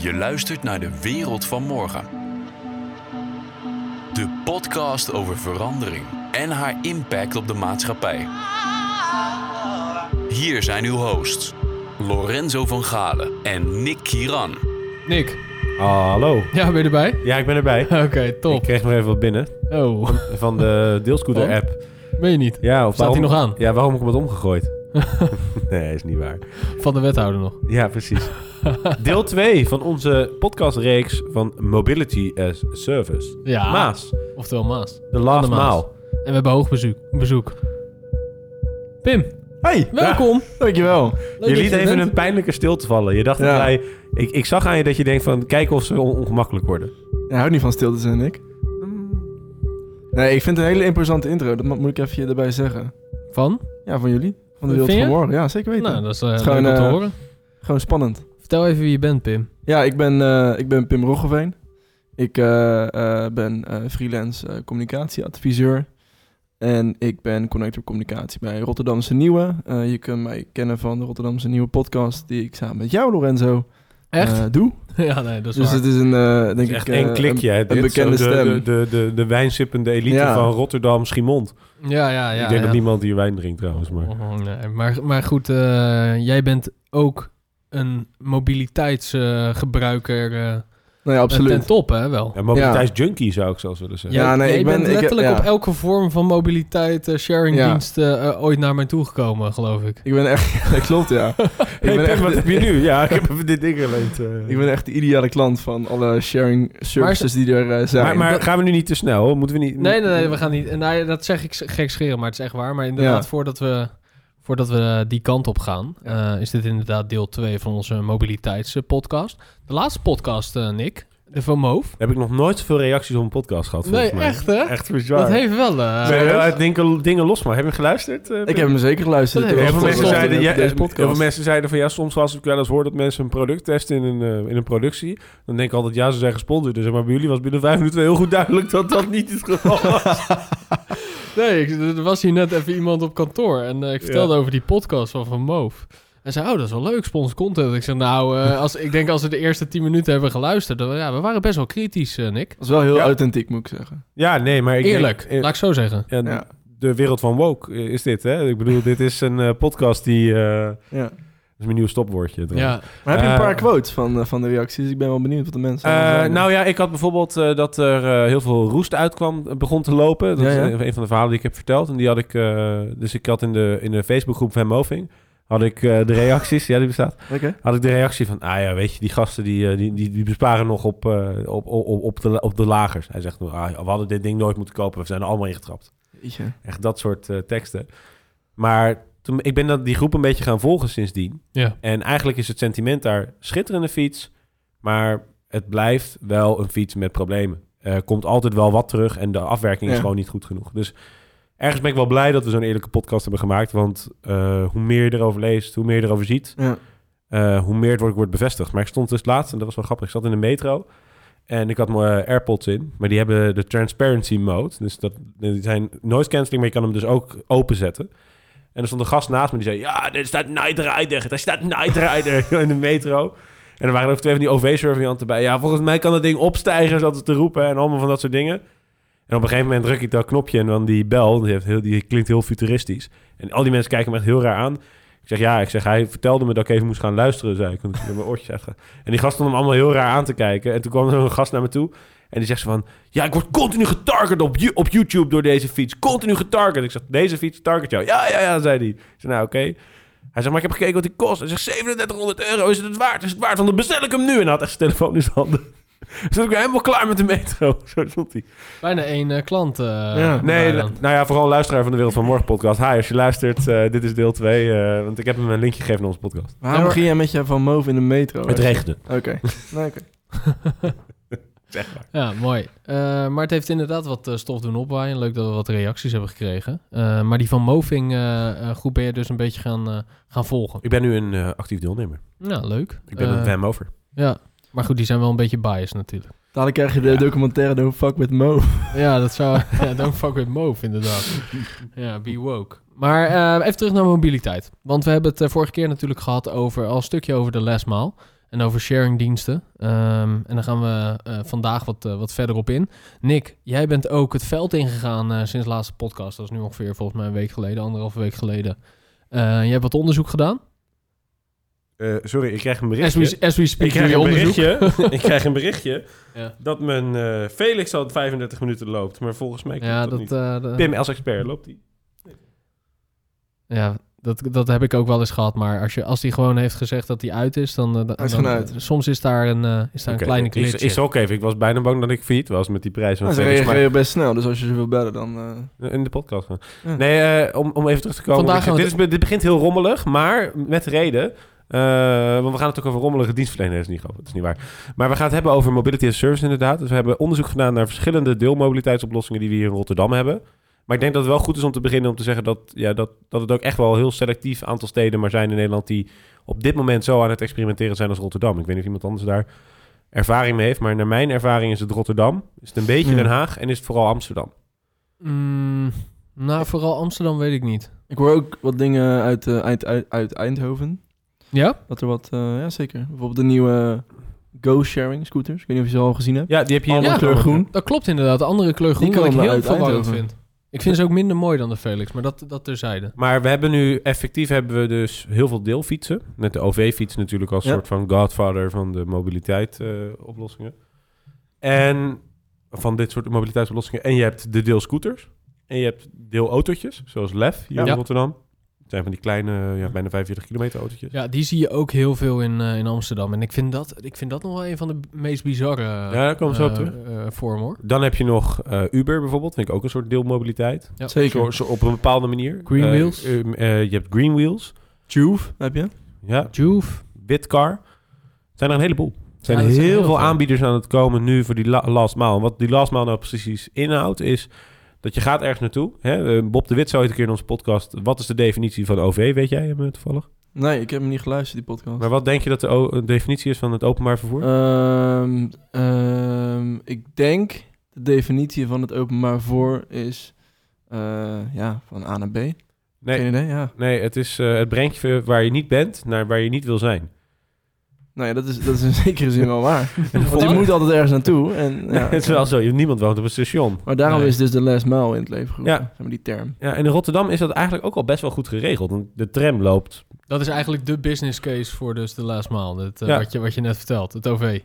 Je luistert naar de wereld van morgen. De podcast over verandering en haar impact op de maatschappij. Hier zijn uw hosts, Lorenzo van Galen en Nick Kiran. Nick, Ah, Hallo. ja, ben je erbij? Ja, ik ben erbij. Oké, Ik top. kreeg nog even wat binnen Oh, van de deelscooter-app. meen je niet? Ja, of Staat die waarom- nog aan? Ja, waarom heb ik hem had omgegooid? nee, is niet waar. Van de wethouder nog. Ja, precies. Deel 2 van onze podcastreeks van Mobility as Service. Ja. Maas, Oftewel Maas. de last Ah. Maas. maal. En we hebben hoog bezoek. bezoek. Pim, Hey, welkom. Dankjewel. Leuk je dat liet er even bent. een pijnlijke stilte vallen. Je dacht dat Ja. wij... Ik, ik zag aan je dat je denkt van, kijk of ze on- ongemakkelijk worden. Hij houdt niet van stil te zijn, Nick. Nee, ik vind het een hele imposante intro. Dat mo- moet ik even je erbij zeggen. Van? Ja, van jullie. Van de Vind wereld je? van morgen. Ja, zeker weten. Nou, dat is eh, is gewoon, leuk om te eh, horen. Gewoon spannend. Vertel even wie je bent, Pim. Ja, ik ben, eh, ik ben Pim Roggeveen. Ik eh, eh, ben eh, freelance eh, communicatieadviseur. En ik ben connector communicatie bij Rotterdamse Nieuwe. Eh, je kunt mij kennen van de Rotterdamse Nieuwe podcast... die ik samen met jou, Lorenzo, Echt? eh, doe. ja, nee, dat is Dus waar. het is een, eh, denk Het is ik... echt eh, één klikje. hè, dit. een bekende Zo de, stem. De, de, de, de wijnsippende elite Ja. van Rotterdam, Schiemond. Ja, ja, ja. ik denk ja. dat niemand hier wijn drinkt trouwens, maar... Oh, nee. maar, maar goed, eh, jij bent ook een mobiliteitsgebruiker eh, Nou ja, absoluut. ten top, hè, wel? Ja, mobiliteitsjunkie zou ik zelfs willen zeggen. Ja, Ja, nee, jij ik ben- bent ik- letterlijk ja. op elke vorm van mobiliteit, eh, sharingdiensten eh, ooit naar mij toegekomen, geloof ik. Ik ben echt... dat klopt, ja. ik Hey, ben Pim, echt... wat heb je nu? Ja, ik heb even dit ding geleend. eh. Ik ben echt de ideale klant van alle sharing services die er eh, zijn. maar, maar gaan we nu niet te snel? hoor? Moeten we niet... Nee, nee, nee, we gaan niet. Nou, ja, dat zeg ik gek scheren, maar het is echt waar. Maar inderdaad, Ja. voordat, we, voordat we die kant op gaan, eh, is dit inderdaad deel 2 van onze mobiliteitspodcast. De laatste podcast, eh, Nick, de van Moof. Heb ik nog nooit zoveel reacties op een podcast gehad, volgens Nee, mij. echt hè? Echt bizar. Dat heeft wel. eh, Ben je wel uit dingen, dingen los, maar heb je hem geluisterd? eh, Pim? ik heb hem zeker geluisterd. Dat Ik heb Heel hem veel, was geluisterd. mensen zeiden, trots op ja, eh, deze heel veel podcast. mensen zeiden van ja, soms als ik wel eens hoor dat mensen een product testen in een, eh, in een productie, dan denk ik altijd ja, ze zijn gesponsord. Dus, maar bij jullie was binnen vijf minuten heel goed duidelijk dat dat niet het geval was. Nee, ik- er was hier net even iemand op kantoor en eh, ik vertelde over die podcast van Van Moof. En zei, oh, dat is wel leuk, sponsor content. Ik zei, nou, eh, als, ik denk als we de eerste 10 minuten hebben geluisterd, dan, ja, we waren best wel kritisch, eh, Nick. Dat is wel heel Ja. authentiek, moet ik zeggen. ja, nee, maar ik denk- Eerlijk, eh, laat ik zo zeggen. en Ja. de wereld van woke eh, is dit, hè? Ik bedoel, dit is een eh, podcast die... eh, Ja. Dat is mijn nieuw stopwoordje. trouwens. Ja, Maar heb je een Eh, paar quotes van, eh, van de reacties? Ik ben wel benieuwd wat de mensen... Eh, allemaal zeiden. nou ja, ik had bijvoorbeeld eh, dat er eh, heel veel roest uitkwam, eh, begon te lopen. Dat Ja, ja. is een- een van de verhalen die ik heb verteld. En die had ik, eh, dus ik had in de, in de Facebookgroep van Moving, had ik eh, de reacties, ja die bestaat, Oké. had ik de reactie van, ah ja, weet je, die gasten die, eh, die, die, die besparen nog op, eh, op, op, op, de, op de lagers. Hij zegt, ah, we hadden dit ding nooit moeten kopen, we zijn er allemaal ingetrapt. Jeetje. Echt dat soort eh, teksten. Maar toen, ik ben dat, die groep een beetje gaan volgen sindsdien. ja. En eigenlijk is het sentiment daar schitterende fiets, maar het blijft wel een fiets met problemen. Er komt altijd wel wat terug en de afwerking is Ja. gewoon niet goed genoeg. Dus ergens ben ik wel blij dat we zo'n eerlijke podcast hebben gemaakt, want eh, hoe meer je erover leest, hoe meer je erover ziet, Ja. eh, hoe meer het wordt, wordt bevestigd. Maar ik stond dus laatst, en dat was wel grappig, ik zat in de metro en ik had mijn eh, AirPods in, maar die hebben de transparency mode. Dus dat die zijn noise cancelling, maar je kan hem dus ook openzetten. En er stond een gast naast me die zei, ja, er staat Night Rider, daar staat Night Rider in de metro. En er waren ook twee van die OV-surveillanten bij. Ja, volgens mij kan dat ding opstijgen, zat het te roepen en allemaal van dat soort dingen. En op een gegeven moment druk ik dat knopje en dan die bel, die, heeft heel, die klinkt heel futuristisch. En al die mensen kijken me echt heel raar aan. Ik zeg, ja, ik zeg, hij vertelde me dat ik even moest gaan luisteren, zei ik. Want ik heb mijn oortjes uitgaan. En die gast stond hem allemaal heel raar aan te kijken. En toen kwam er een gast naar me toe en die zegt zo van... Ja, ik word continu getarget op, Yo- op YouTube door deze fiets. Continu getarget. Ik zeg, deze fiets target jou. Ja, ja, ja, zei hij. Ik zeg, nou, oké. Hij zegt, maar ik heb gekeken wat die kost. Hij zegt, 3700 euro, is het het waard? Is het waard? Want dan bestel ik hem nu. En hij had echt zijn telefoon in zijn handen. Dus ik ben helemaal klaar met de metro. Zo stond hij. Bijna één eh, klant. eh, Nee, daar dan. nou ja, vooral luisteraar van de Wereld van Morgen podcast. Hi, als je luistert, eh, dit is deel 2. want ik heb hem een linkje gegeven naar onze podcast. Waarom maar- ging jij met je van Move in de metro? Het regende. Oké. Nee, oké. Ja, mooi. Eh, maar het heeft inderdaad wat eh, stof doen opwaaien. Leuk dat we wat reacties hebben gekregen. Eh, maar die van Moving eh, eh, groep ben je dus een beetje gaan, eh, gaan volgen. Ik ben nu een eh, actief deelnemer. Nou, leuk. Ik ben Eh, een fan over. Ja, maar goed, die zijn wel een beetje biased natuurlijk. Dadelijk krijg je de Ja. documentaire Don't Fuck With Move. Ja, dat zou... ja, don't fuck with Move, inderdaad. ja, be woke. Maar eh, even terug naar mobiliteit. Want we hebben het eh, vorige keer natuurlijk gehad over... al een stukje over de lesmaal. En over sharingdiensten. Ehm, en daar gaan we eh, vandaag wat, eh, wat verder op in. Nick, jij bent ook het veld ingegaan eh, sinds de laatste podcast. Dat is nu ongeveer volgens mij een week geleden, anderhalve week geleden. Eh, jij hebt wat onderzoek gedaan. Eh, sorry, ik krijg een As berichtje. we, as we speak, Ik krijg doe je een onderzoek. berichtje, ik krijg een berichtje Ja. dat mijn eh, Felix al 35 minuten loopt. Maar volgens mij klopt Ja, dat, dat, niet. eh, de- Pim als expert loopt die. ja dat, dat heb ik ook wel eens gehad. Maar als, je, als die gewoon heeft gezegd dat hij uit is, dan... eh, dan- Hij is dan- gewoon uit. Soms is daar een, eh, is daar een kleine is, glitch. is ook even. Ik was bijna bang dat ik failliet was met die prijs van Nou, ze Felix. maar- reageren best snel, dus als je ze wil bellen, dan... eh, In de podcast. gaan. Ja. Nee, eh, om, om even terug te komen. Vandaag dit, gaan we is, be- dit begint heel rommelig, maar met reden. Eh, want we gaan het ook over rommelige dienstverleners. Dat is, niet, gewoon- dat is niet waar. Maar we gaan het hebben over mobility as a service inderdaad. Dus we hebben onderzoek gedaan naar verschillende deelmobiliteitsoplossingen die we hier in Rotterdam hebben. Maar ik denk dat het wel goed is om te beginnen om te zeggen dat, ja, dat, dat het ook echt wel een heel selectief aantal steden maar zijn in Nederland die op dit moment zo aan het experimenteren zijn als Rotterdam. Ik weet niet of iemand anders daar ervaring mee heeft, maar naar mijn ervaring is het Rotterdam, is het een beetje Ja. Den Haag en is het vooral Amsterdam. Mm, nou, vooral Amsterdam weet ik niet. Ik hoor ook wat dingen uit, eh, Eind- uit, uit Eindhoven. Ja? Dat er wat, eh, ja zeker. Bijvoorbeeld de nieuwe go-sharing scooters. Ik weet niet of je ze al gezien hebt. Ja, die heb je Allemaal ja, kleur groen. Dat klopt inderdaad. De andere kleur groen, Die wat ik komen heel uit verwarrend Eindhoven. vind. Ik vind ze ook minder mooi dan de Felix, maar dat, dat terzijde. Maar we hebben nu effectief hebben we dus heel veel deelfietsen. Met de OV-fiets natuurlijk als Ja. soort van godfather van de mobiliteit eh, oplossingen. En van dit soort mobiliteitsoplossingen. En je hebt de deelscooters. En je hebt deelautootjes, zoals LEF hier Ja. in Rotterdam. Het zijn van die kleine, ja, bijna 45 kilometer autootjes. Ja, die zie je ook heel veel in, eh, in Amsterdam. En ik vind, dat, ik vind dat nog wel een van de b- meest bizarre Ja, daar komen we zo eh, op terug. eh, vormen, hoor. Dan heb je nog eh, Uber bijvoorbeeld. Vind ik ook een soort deelmobiliteit. Ja. Zeker. Zo, zo op een bepaalde manier. Green Eh, Wheels. eh, eh, je hebt Green Wheels. Juve heb je. Ja, Juve. Bitcar. Zijn er een heleboel. Er zijn Ja, dat heel, zijn heel veel veel. aanbieders aan het komen nu voor die la- last mile. En wat die last mile nou precies inhoudt, is dat je gaat ergens naartoe. Hè? eh, Bob de Wit zou het een keer in onze podcast... Wat is de definitie van OV? Weet jij hem eh, toevallig? Nee, ik heb hem niet geluisterd, die podcast. Maar wat denk je dat de o- definitie is van het openbaar vervoer? Ehm, ehm, ik denk de definitie van het openbaar voor is eh, ja, van A naar B. Geen nee, idee, ja. nee, het is eh, het brengt je waar je niet bent naar waar je niet wil zijn. Nou ja, dat is, dat is in zekere zin wel waar. Want je volgende- moet altijd ergens naartoe. En, ja, het is wel zo. je- Niemand woont op een station. Maar daarom Nee. is dus de last mile in het leven geroepen. Ja. Zeg maar die term. Ja, en in Rotterdam is dat eigenlijk ook al best wel goed geregeld. Want de tram loopt Dat is eigenlijk de business case voor dus de last mile. Het, eh, Ja. wat, je, wat je net vertelt, het OV.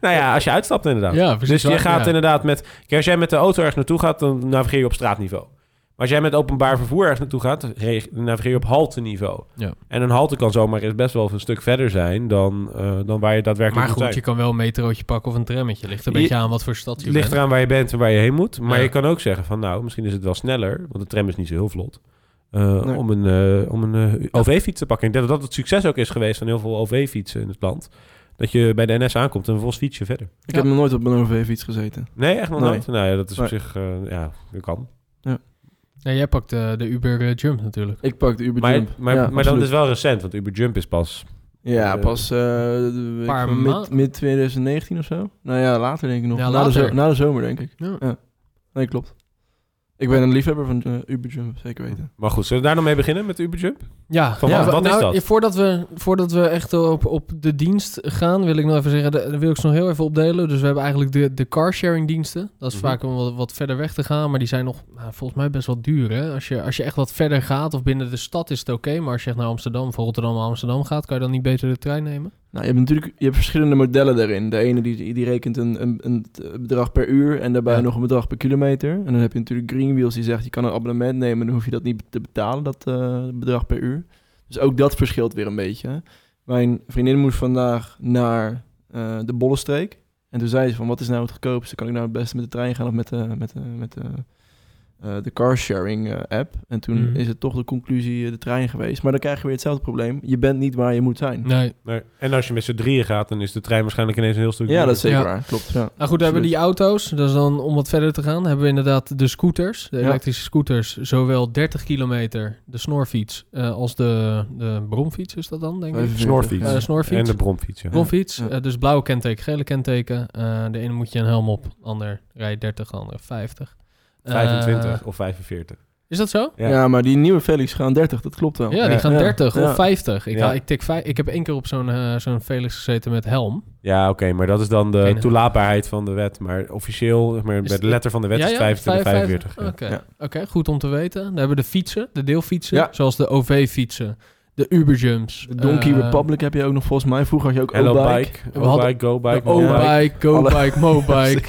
Nou ja, als je uitstapt inderdaad. Ja, precies. Dus je Ja. gaat Ja. inderdaad met... Kijk, als jij met de auto ergens naartoe gaat, dan navigeer je op straatniveau. Maar als jij met openbaar vervoer ergens naartoe gaat, dan re- navigeer je op halteniveau. Ja. En een halte kan zomaar eens best wel een stuk verder zijn dan, eh, dan waar je daadwerkelijk Maar moet goed, je zijn. kan wel een metrootje pakken of een trammetje. Ligt een Je- beetje aan wat voor stad je Het ligt bent. eraan waar je bent en waar je heen moet. Maar Ja. je kan ook zeggen van nou, misschien is het wel sneller, want de tram is niet zo heel vlot. eh, Nee. Om een, eh, om een eh, OV-fiets te pakken. Ik denk dat dat het succes ook is geweest van heel veel OV-fietsen in het land. Dat je bij de NS aankomt en vervolgens fiets je verder. Ik Ja. heb nog nooit op mijn OV-fiets gezeten. Nee, echt nog Nee. nooit? Nou ja, dat is op Nee. zich... eh, ja, dat kan. Ja, jij pakt eh, de Uber eh, Jump natuurlijk. Ik pak de Uber Maar, Jump. maar, ja, maar dan is absoluut. wel recent, want Uber Jump is pas... Ja, eh, pas eh, paar ik- ma- mid, mid 2019 of zo. Nou ja, later denk ik nog. Ja, Na, de zo- later. na de zomer denk ik. Ja. Nee, klopt. Ik ben een liefhebber van eh, Uber Jump, zeker weten. Maar goed, zullen we daar dan mee beginnen met Uber Jump? Ja, Van ja, wat- wa- wat is nou, dat? eh, Voordat we, voordat we echt op, op de dienst gaan, wil ik nog even zeggen, de- daar wil ik ze nog heel even opdelen. Dus we hebben eigenlijk de, de carsharing diensten. Dat is Mhm. vaak om wat, wat verder weg te gaan, maar die zijn nog nou, volgens mij best wel duur. Hè? Als, je, als je echt wat verder gaat of binnen de stad is het oké, maar als je echt naar Amsterdam, van Rotterdam naar Amsterdam gaat, kan je dan niet beter de trein nemen? Nou, je hebt natuurlijk je hebt verschillende modellen daarin. De ene die, die rekent een, een, een t- bedrag per uur en daarbij Ja. nog een bedrag per kilometer. En dan heb je natuurlijk Green Wheels die zegt je kan een abonnement nemen en dan hoef je dat niet te betalen, dat eh, bedrag per uur. Dus ook dat verschilt weer een beetje. Mijn vriendin moest vandaag naar eh, de Bollestreek. En toen zei ze van wat is nou het goedkoopste? Kan ik nou het beste met de trein gaan of met de, met de, met de, eh, de carsharing eh, app? En toen Mhm. is het toch de conclusie eh, de trein geweest. Maar dan krijg je weer hetzelfde probleem. Je bent niet waar je moet zijn. Mhm. Nee. Nee. En als je met z'n drieën gaat, dan is de trein waarschijnlijk ineens een heel stuk... Ja, dat is zeker Ja. waar. Klopt. Ja. Nou goed, dan hebben we Absoluut. die auto's. Dus dan, om wat verder te gaan, hebben we inderdaad de scooters. De Ja. elektrische scooters, zowel 30 kilometer, de snorfiets, eh, als de, de bromfiets is dat dan, denk ik. Even Snorfiets. Eh, snorfiets. En de bromfiets, ja. Bromfiets, Ja. eh, dus blauwe kenteken, gele kenteken. Eh, de ene moet je een helm op, ander rijdt 30, de andere 50. Eh, 25 of 45. Is dat zo? Ja. Ja. maar die nieuwe Felix gaan 30, dat klopt wel. Ja, die gaan Ja. 30 Oh. Ja. of 50. Ik, Ja. ik, tik vij- ik heb één keer op zo'n eh, zo'n Felix gezeten met helm. Ja, oké, maar dat is dan de Geen- toelaatbaarheid van de wet. Maar officieel, zeg maar, Is met de letter van de wet Ja, eh, is ja, 25, 45. Oké, Ja. Oké, goed om te weten. Dan hebben we de fietsen, de deelfietsen, Ja. zoals de OV-fietsen, de Uberjumps. De Donkey eh, Republic heb je ook nog volgens mij. Vroeger had je ook Hello O-Bike. bike, We hadden- O-bike, go de bike, O-bike. Mo-bike. O-bike, Go-bike, Alle-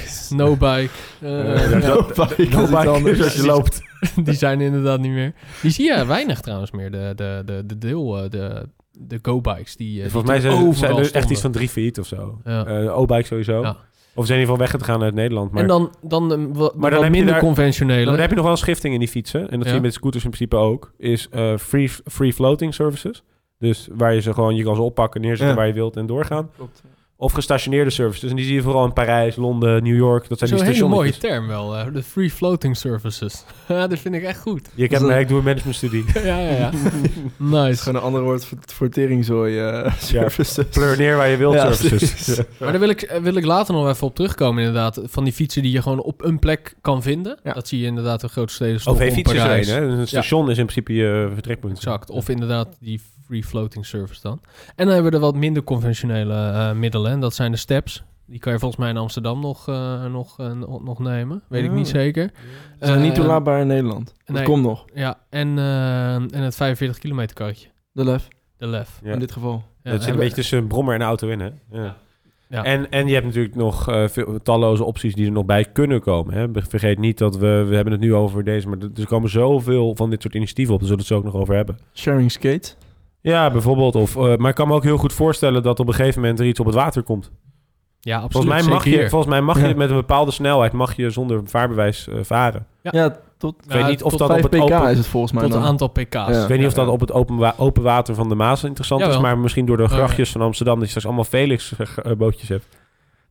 Mobike, No-bike. Eh, Eh, ja. No-bike, No dat is bike iets is anders. als je loopt. die zijn inderdaad niet meer. Die zie je weinig trouwens meer, de, de, de, de deel, eh, de, de Go-bikes. Die, eh, Volgens mij die toen zijn, overal zijn er echt stonden. iets van drie failliet of zo. Ja. Eh, O-bike sowieso. Ja. Of zijn in ieder geval weggegaan uit Nederland. Maar en dan, dan eh, wat, dan wat heb je minder daar- conventionele. Dan heb je nog wel een schifting in die fietsen. En dat Ja. zie je met scooters in principe ook. Is eh, free, free floating services. Dus waar je ze gewoon, je kan ze oppakken, neerzetten Ja. waar je wilt en doorgaan. Klopt. Of gestationeerde services. En die zie je vooral in Parijs, Londen, New York. Dat zijn Zo'n die hele stationnetjes. mooie term wel, eh, de free floating services. ja, dat vind ik echt goed. Je kent Dat- mij, ik doe een managementstudie. ja, ja, ja. Dat is Nice. gewoon een ander woord voor, voor teringzooi eh, services. Pleur neer waar je wilt Ja, services. precies. Maar daar wil ik, eh, wil ik later nog even op terugkomen inderdaad. Van die fietsen die je gewoon op een plek kan vinden. Ja. Dat zie je inderdaad in grote steden. Stockholm, OV-fietsen zijn, Parijs. hè? Dus Een station is in principe je eh, vertrekpunt. Exact. Of inderdaad die free floating service dan. En dan hebben we de wat minder conventionele eh, middelen. En dat zijn de steps. Die kan je volgens mij in Amsterdam nog, eh, nog, eh, nog nemen. Weet ik Ja. Oh. niet zeker. Ze zijn niet Eh, toelaatbaar in Nederland. Dat nee. komt nog. Ja, en, eh, en het 45 kilometer karretje. De lef, De LEF. Ja. in dit geval. Ja, dat zit een hebben- beetje tussen een brommer en een auto in, hè? Ja. Ja. En, en je hebt natuurlijk nog eh, veel, talloze opties die er nog bij kunnen komen. Hè? Be- Vergeet niet dat we... We hebben het nu over deze, maar er er komen zoveel van dit soort initiatieven op. Daar zullen we het zo ook nog over hebben. Sharing skate. Ja, bijvoorbeeld. Of, eh, maar ik kan me ook heel goed voorstellen dat op een gegeven moment er iets op het water komt. Ja, absoluut. Volgens mij zeker mag, hier. je, volgens mij mag Ja. je met een bepaalde snelheid mag je zonder vaarbewijs eh, varen. Ja. Ja, tot, Ik weet niet of tot dat op 5 het pk open- is het volgens mij Tot een dan. aantal pk's. Ja. Ik weet niet of dat op het open, wa- open water van de Maas interessant is, Jawel. maar misschien door de Ja. grachtjes van Amsterdam, dat je straks allemaal eh, Felix-bootjes hebt.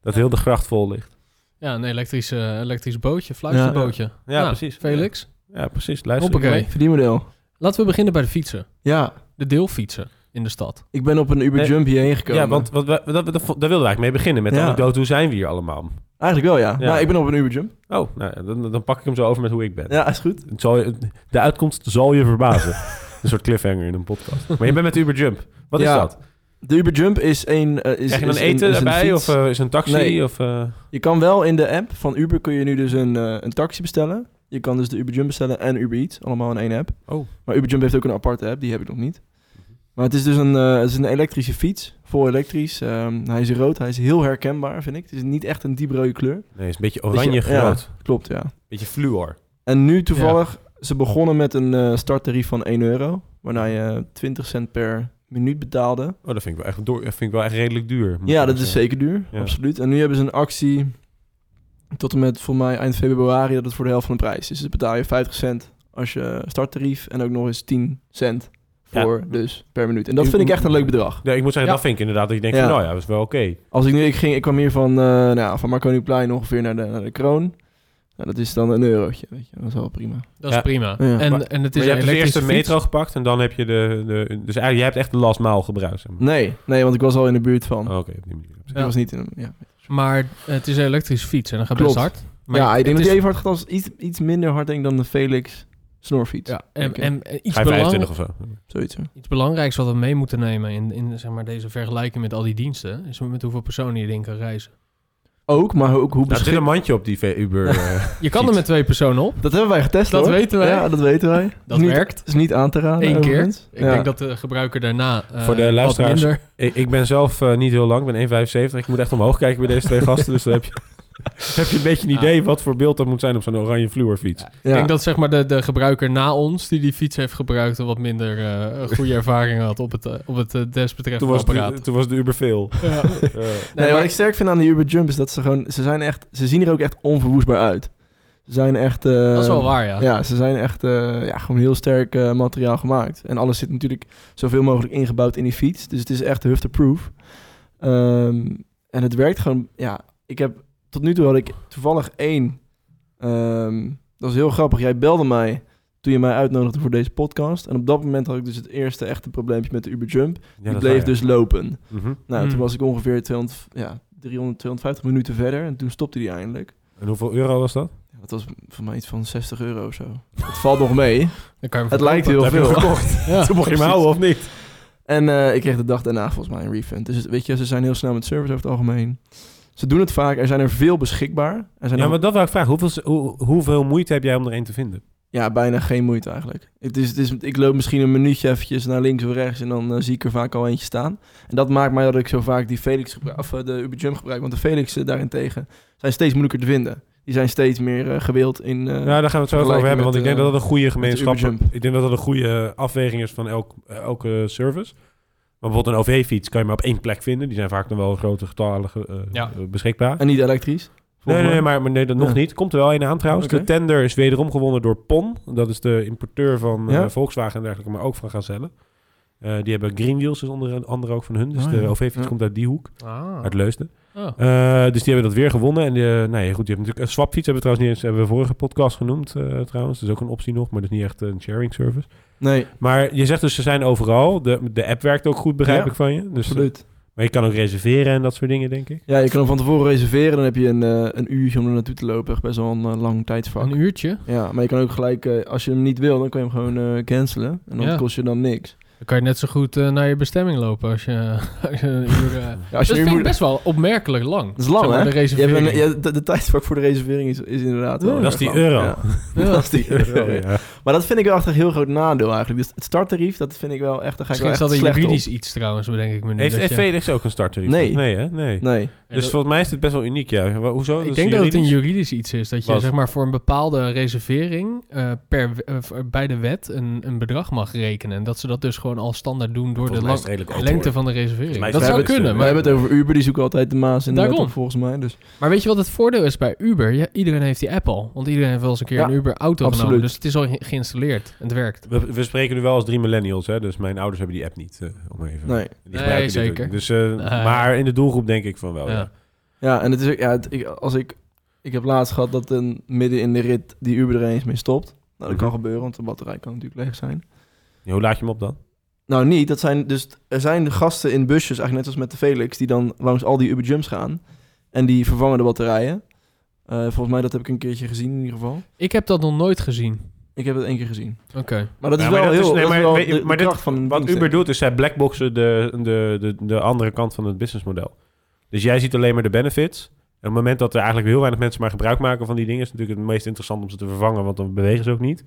Dat heel de gracht vol ligt. Ja, een elektrisch, eh, elektrisch bootje, fluisterbootje. Ja, Ja, precies. Felix, Ja, precies. Luister. hoppakee. mee. Verdienmodel. Laten we beginnen bij de fietsen. Ja, De deelfietsen in de stad. ik ben op een Uber Nee. Jump hierheen gekomen. Ja, want wat, we- dat, dat, daar wilden we eigenlijk mee beginnen. Met de Ja. anekdote, hoe zijn we hier allemaal? Eigenlijk wel, ja. Ja. Nou, ik ben op een Uber Jump. Oh, nou, ja, dan, dan pak ik hem zo over met hoe ik ben. Ja, is goed. Het zal je- de uitkomst zal je verbazen. een soort cliffhanger in een podcast. Maar je bent met Uber Jump. Wat Ja. is dat? De Uber Jump is een... eh, is, Krijg je dan is een- eten is een erbij? fiets. Of eh, is een taxi? Nee. Of, eh, Je kan wel in de app van Uber kun je nu dus een, eh, een taxi bestellen. Je kan dus de Uber Jump bestellen en Uber Eats. Allemaal in één app. Oh. Maar Uber Jump heeft ook een aparte app. Die heb ik nog niet. Maar het is dus een, eh, het is een elektrische fiets. Vol elektrisch. Ehm, hij is rood. Hij is heel herkenbaar, vind ik. Het is niet echt een diep rode kleur. nee, is een beetje oranje Beetje- ja. groot. Klopt, ja. Beetje fluor. En nu toevallig, ze begonnen met een eh, starttarief van 1 euro. Waarna je 20 cent per minuut betaalde. Oh, dat vind ik wel echt, door, dat vind ik wel echt redelijk duur. moet ik Ja, wel dat is zeggen. zeker duur. Ja. Absoluut. En nu hebben ze een actie tot en met volgens mij eind februari dat het voor de helft van de prijs is. Dus betaal je 50 cent als je starttarief en ook nog eens 10 cent Ja. voor dus per minuut. En dat vind ik echt een leuk bedrag. Ja, ik moet Ja. zeggen, dat vind ik inderdaad. Dat je denkt Ja. van, nou ja, dat is wel oké. Als ik nu, ik ging, ik kwam hier van, eh nou, van Marconiplein ongeveer naar de, naar de kroon. Nou, dat is dan een eurotje, weet je. Dat is wel prima. Dat is Ja. prima. Ja. En, Maar- en het Maar is je een hebt dus eerst elektrische de metro fiets. gepakt en dan heb je de... de dus eigenlijk, je hebt echt de last mile gebruikt. zeg maar. Nee, nee, want ik was al in de buurt van. Oh, Oké, op die manier. Dus Ja. Ik was niet in een, ja. Maar het is een elektrische fiets en dat gaat best Klopt. hard. Maar ja, ik het denk dat is- die even hard gaat als iets, iets minder hard denk ik dan de Felix snorfiets. Ja, en, Oké. en, en iets, Ga je belang- 25 of zo. Zoiets. hè. iets belangrijks wat we mee moeten nemen in, in zeg maar, deze vergelijking met al die diensten, is met hoeveel personen je erin kan reizen. Ook, maar ook hoe Nou, er zit beschik... een mandje op die ve- Uber. eh, Je kan er Fiets. met twee personen op. Dat hebben wij getest Dat hoor. weten wij. Ja, dat weten wij. Dat Is niet, werkt. Is niet aan te raden. Eén keer. overigens. Ik Ja. denk dat de gebruiker daarna eh, Voor de wat luisteraars. minder... ik, ik ben zelf eh, niet heel lang. Ik ben 1,75. Ik moet echt omhoog kijken bij deze twee gasten. Dus dan heb je, heb je een beetje een Ah. idee wat voor beeld dat moet zijn op zo'n oranje fluorfiets. Ja. Ja. Ik denk dat zeg maar de, de gebruiker na ons die die fiets heeft gebruikt... een wat minder eh, goede ervaring had op het, eh, op het eh, Toen, desbetreffende was de, apparaat. toen was de Uber veel. Ja. Eh, Nee, Nee, wat maar- ik sterk vind aan de Uber Jump is dat ze gewoon... Ze, zijn echt, ze zien er ook echt onverwoestbaar uit. Ze zijn echt... eh, dat is wel waar, ja. Ja. ze zijn echt eh, ja, gewoon heel sterk eh, materiaal gemaakt. En alles zit natuurlijk zoveel mogelijk ingebouwd in die fiets. Dus het is echt hufteproof. Ehm en het werkt gewoon... Ja, ik heb... Tot nu toe had ik toevallig één... ehm, dat was heel grappig. Jij belde mij toen je mij uitnodigde voor deze podcast. En op dat moment had ik dus het eerste echte probleempje met de Uber Jump. ja, Die dat bleef is waar, dus lopen. ja. Mhm. Nou, Hmm. toen was ik ongeveer 200, ja, 300, 250 minuten verder. En toen stopte die eindelijk. En hoeveel euro was dat? Ja, Dat was voor mij iets van 60 euro of zo. Het valt nog mee. Dan kan je hem Het lijkt heel Dat heb je veel. gekocht. Ja. Toen mocht je hem houden of niet? En eh, ik kreeg de dag daarna volgens mij een refund. Dus weet je, ze zijn heel snel met service over het algemeen. Ze doen het vaak. Er zijn er veel beschikbaar. Er zijn Ja, er- maar dat wou ik vragen. Hoeveel, hoe- hoeveel moeite heb jij om er een te vinden? ja, bijna geen moeite eigenlijk. Het is, het is, ik loop misschien een minuutje eventjes naar links of rechts en dan eh, zie ik er vaak al eentje staan. En dat maakt mij dat ik zo vaak die Felix gebruik, of eh, de Uber Jump gebruik. Want de Felix eh, daarentegen zijn steeds moeilijker te vinden. Die zijn steeds meer eh, gewild in... eh, nou, daar gaan we het zo over vergelijking hebben. Want met, ik denk eh, dat dat een goede Uberjump. gemeenschap... Ik denk dat dat een goede eh, afweging is van elk, eh, elke service. Maar bijvoorbeeld een OV-fiets kan je maar op één plek vinden. Die zijn vaak dan wel in grote getalen ge- eh, Ja. eh, beschikbaar. En niet elektrisch. Nee, volgens nee, mij. nee, maar, maar nee, dat nog Ja. niet. Komt er wel een aan trouwens. Oké. De tender is wederom gewonnen door PON. Dat is de importeur van eh, Ja. Volkswagen en dergelijke, maar ook van Gazelle. Eh, die hebben Green Wheels, is onder andere ook van hun. Dus Oh, de ja. OV-fiets Ja. komt uit die hoek, Ah. uit Leusden. Oh. Eh, dus die hebben dat weer gewonnen. En eh nee, goed, je hebt natuurlijk een swapfiets. Hebben we trouwens niet eens, hebben we vorige podcast genoemd eh, trouwens. Dat is ook een optie nog, maar dat is niet echt een sharing service. Nee, Maar je zegt dus, ze zijn overal. De, de app werkt ook goed, begrijp Ja, ik van je. Dus, absoluut. Maar je kan ook reserveren en dat soort dingen, denk ik. Ja, je kan hem van tevoren reserveren. Dan heb je een, eh, een uurtje om er naartoe te lopen. Echt best wel een eh, lang tijdsvak. Een uurtje. Ja, maar je kan ook gelijk, eh, als je hem niet wil, dan kan je hem gewoon eh, cancelen. En dan Ja. kost je dan niks. Dan kan je net zo goed eh, naar je bestemming lopen als je, als je een uur... eh, Ja, als je dat nu vind ik moet- best wel opmerkelijk lang. Dat is lang, Zeg maar, hè? De Je hebt reservering. een- ja, de, de tijdsvak voor de reservering is, is inderdaad wel Ja, heel dat is erg die lang. euro. Ja. Dat is die euro, ja. Ja. Maar dat vind ik wel echt een heel groot nadeel eigenlijk. Dus het starttarief, dat vind ik wel echt... Daar ga ik wel Misschien is dat echt een slecht juridisch iets trouwens, bedenk ik me nu. Heeft, dat heeft je- Felix ook een starter? Nee. Nee, hè? Nee. op. Nee. Ja, Dus dat- volgens mij is dit best wel uniek, ja. Wa- Hoezo? ik is denk dat het een juridisch? juridisch iets is. Dat je Wat? zeg maar voor een bepaalde reservering eh, per, w- eh, voor- bij de wet een, een bedrag mag rekenen. En dat ze dat dus gewoon al standaard doen door Volgens de mij is lang- het redelijk open, lengte hoor. van de reservering. mij is Dat het zou wel- kunnen. We Maar, hebben het over Uber, die zoeken altijd de Maas in de Daarom. op, volgens mij. Dus maar weet je wat het voordeel is bij Uber? Ja, iedereen heeft die app al. Want iedereen heeft wel eens een keer Ja, een Uber auto genomen. absoluut. Dus het is al ge- geïnstalleerd. En het werkt. We, we spreken nu wel als drie millennials, hè? Dus mijn ouders hebben die app niet, eh, om even... Die nee. Nee, gebruiken dit zeker. ook. Dus, eh, Nee. Maar in de doelgroep denk ik van wel, Oh, ja. Ja. Ja, en het is ook, ja, het- ik, als ik, ik heb laatst gehad dat een midden in de rit die Uber er eens mee stopt. Nou, dat kan Mhm. gebeuren, want de batterij kan natuurlijk leeg zijn. Ja, Hoe laat je hem op dan? Nou, niet. Dat zijn dus, er zijn gasten in busjes, eigenlijk net als met de Felix, die dan langs al die Uber Jumps gaan. En die vervangen de batterijen. Eh, volgens mij, dat heb ik een keertje gezien in ieder geval. Ik heb dat nog nooit gezien. Ik heb het één keer gezien. Oké. Maar dat is Ja, maar wel dat is- heel... nee, dat is maar wel weet je- de, de maar dit- kracht van een Wat dienst, Uber denk ik. doet, is zij blackboxen de, de, de, de andere kant van het businessmodel. Dus jij ziet alleen maar de benefits. En op het moment dat er eigenlijk heel weinig mensen maar gebruik maken van die dingen... is het natuurlijk het meest interessant om ze te vervangen, want dan bewegen ze ook niet.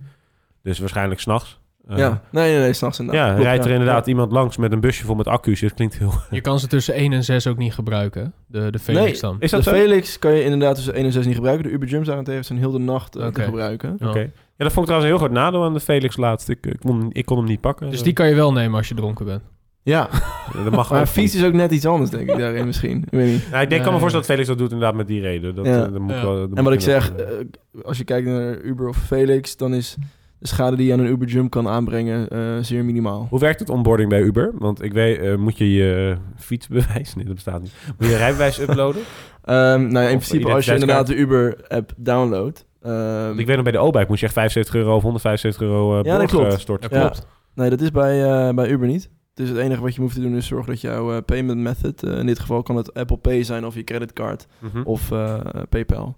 Dus waarschijnlijk s'nachts. Eh, Ja, nee, nee, nee, s'nachts inderdaad. ja, Nou, Klopt, rijdt er ja. inderdaad iemand langs met een busje vol met accu's. Dat klinkt heel... Je kan ze tussen 1 en 6 ook niet gebruiken. De, de Felix Nee. dan. Dus- Is dat de zo? Felix kan je inderdaad tussen 1 en 6 niet gebruiken. De Uber Jumps daarentegen zijn heel de nacht eh, Oké. te gebruiken. Ja. Oké. Ja, dat vond ik trouwens een heel groot nadeel aan de Felix laatst. Ik, ik, kon, ik kon hem niet pakken. Dus die kan je wel nemen als je dronken bent. Ja, Ja, dat mag maar ook fiets niet. is ook net iets anders, denk ik, daarin misschien. Ik weet niet. Nou, ik denk, kan Nee. me voorstellen dat Felix dat doet inderdaad met die reden. Dat, Ja. eh, dat moet Ja. wel, dat En moet wat ik zeg, inderdaad- eh, als je kijkt naar Uber of Felix, dan is de schade die je aan een Uber Jump kan aanbrengen eh, zeer minimaal. Hoe werkt het onboarding bij Uber? Want ik weet, eh, moet je je fietsbewijs... Nee, dat bestaat niet. Moet je je rijbewijs uploaden? Ehm, nou ja, in Of principe, als je inderdaad identiteitskaart. de Uber-app downloadt. ehm, Want ik weet nog, bij de O-Bike moest je echt 75 euro of 175 euro eh Ja, dat borg, klopt. eh, storten. Ja. Nee, dat is bij, eh, bij Uber niet. Dus het enige wat je hoeft te doen is zorgen dat jouw eh, payment method, eh, in dit geval kan het Apple Pay zijn of je creditcard Mhm. Oké. of eh, PayPal,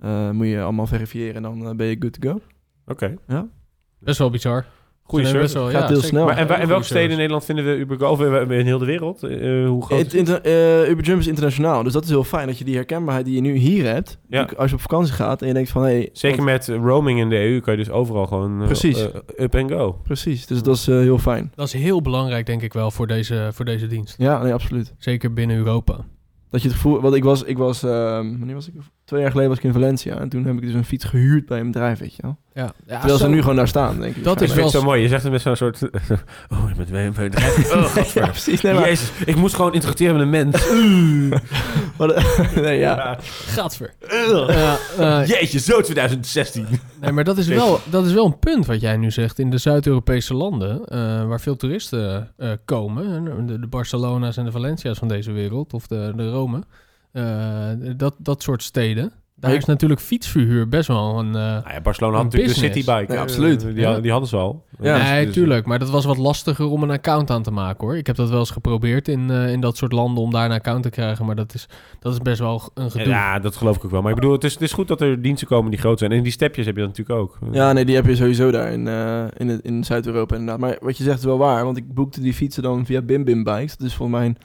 Eh, moet je allemaal verifiëren en dan eh, ben je good to go. Best wel bizar. Goeie Ze nemen service. best wel- Gaat heel snel. Maar en, wa- in welke Goeie steden in service. Nederland vinden we Uber Go? Of in in heel de wereld? Eh, hoe groot Het is het? inter- eh, Uber Jump is internationaal, dus dat is heel fijn dat je die herkenbaarheid die je nu hier hebt, Ja. als je op vakantie gaat en je denkt van hé, hey, Zeker met eh, roaming in de EU kan je dus overal gewoon eh, Precies. eh, up and go. Precies, dus dat is eh, heel fijn. Dat is heel belangrijk, denk ik wel, voor deze, voor deze dienst. Ja, nee, absoluut. Zeker binnen Europa. Dat je het gevoel... Want ik was... Ik was ehm, wanneer was ik? Twee jaar geleden was ik in Valencia. En toen heb ik dus een fiets gehuurd bij een bedrijf, weet je wel. Ja, ja Terwijl ze zo- nu gewoon daar staan, denk ik. Dat Ik is vind het wel- zo mooi. Je zegt het met zo'n soort... oh, je bent weer- weer- ja, precies. Nee, maar... Oh, Jezus, ik moest gewoon interacteren met een mens. maar de- nee, ja. Gadver. Ugh. Ja, eh, Jeetje, zo 2016. nee, maar dat is, wel, dat is wel een punt wat jij nu zegt. In de Zuid-Europese landen, eh, waar veel toeristen eh, komen... en De, de Barcelona's en de Valencia's van deze wereld, of de, de Rome... eh, dat, dat soort steden... Daar Ik- is natuurlijk fietsverhuur best wel een... eh, Nou ja, Barcelona had Een natuurlijk de business. citybike. Ja, eh, absoluut. Die, Ja. die hadden ze al. Dus- Ja, nee, tuurlijk. Maar dat was wat lastiger om een account aan te maken, hoor. Ik heb dat wel eens geprobeerd in, eh, in dat soort landen om daar een account te krijgen. Maar dat is, dat is best wel g- een gedoe. Ja, dat geloof ik ook wel. Maar ik bedoel, het is, het is goed dat er diensten komen die groot zijn. En die stepjes heb je dan natuurlijk ook. Ja, nee, die heb je sowieso daar in, eh, in, het- in Zuid-Europa inderdaad. Maar wat je zegt is wel waar, want ik boekte die fietsen dan via Bim Bim Bikes. Dat is volgens mij een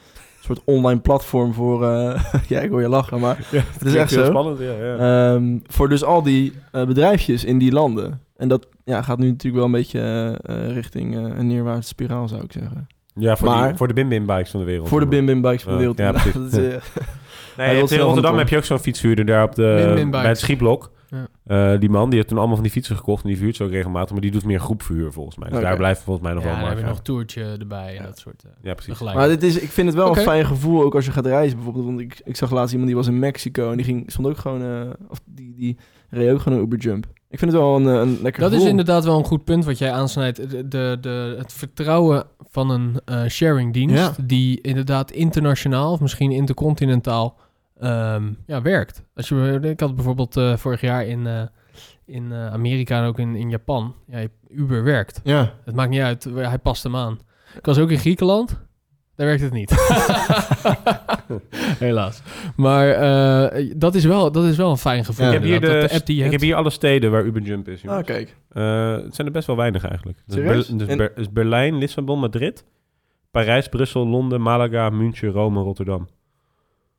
soort online platform voor... eh, ja, ik hoor je lachen, maar Ja, het is echt heel zo. spannend. Ja, ja. Ehm, voor dus al die eh, bedrijfjes in die landen. En dat ja, gaat nu natuurlijk wel een beetje eh, eh, richting eh, een neerwaartse spiraal, zou ik zeggen. ja voor, Maar- die, voor de bim bikes van de wereld. voor de Bim Bim Bikes van de Ja, wereld. ja, inderdaad. precies. Dat is, eh, Nee, Hij je hebt rolt in snel van de Rotterdam tong. heb je ook zo'n fietshuurder daar op de, Min-min bij het bikes. schieblok. Ja. Eh, die man die heeft toen allemaal van die fietsen gekocht en die vuurt ze ook regelmatig, maar die doet meer groepverhuur volgens mij. Dus Oké. daar blijft volgens mij nog Ja, wel dan heb je markt nog aan. een toertje erbij en dat soort eh Ja, precies. begeleiding. Maar dit is, ik vind het wel Oké. een fijn gevoel, ook als je gaat reizen bijvoorbeeld. Want ik, ik zag laatst iemand die was in Mexico en die ging, stond ook gewoon, eh, of die, die reed ook gewoon een Uber Jump. Ik vind het wel een, eh, een lekker Dat is gevoel. inderdaad wel een goed punt wat jij aansnijdt. De, de, de, het vertrouwen van een eh sharing dienst Ja. die inderdaad internationaal of misschien intercontinentaal ehm, ja, werkt. Als je, ik had bijvoorbeeld eh, vorig jaar in, eh, in eh, Amerika en ook in, in Japan. Ja, je- Uber werkt. Ja. Het maakt niet uit, hij past hem aan. Ik was ook in Griekenland. Daar werkt het niet. Helaas. Maar eh, dat, is wel, dat is wel een fijn gevoel. Ja. Ik heb, hier inderdaad, de, dat app die je ik hebt. heb hier alle steden waar Uber Jump is. jongens. Ah, kijk. Eh, het zijn er best wel weinig eigenlijk. Dus, Serieus? Ber- dus En- Ber- dus Berlijn, Lissabon, Madrid, Parijs, Brussel, Londen, Malaga, München, Rome, Rotterdam.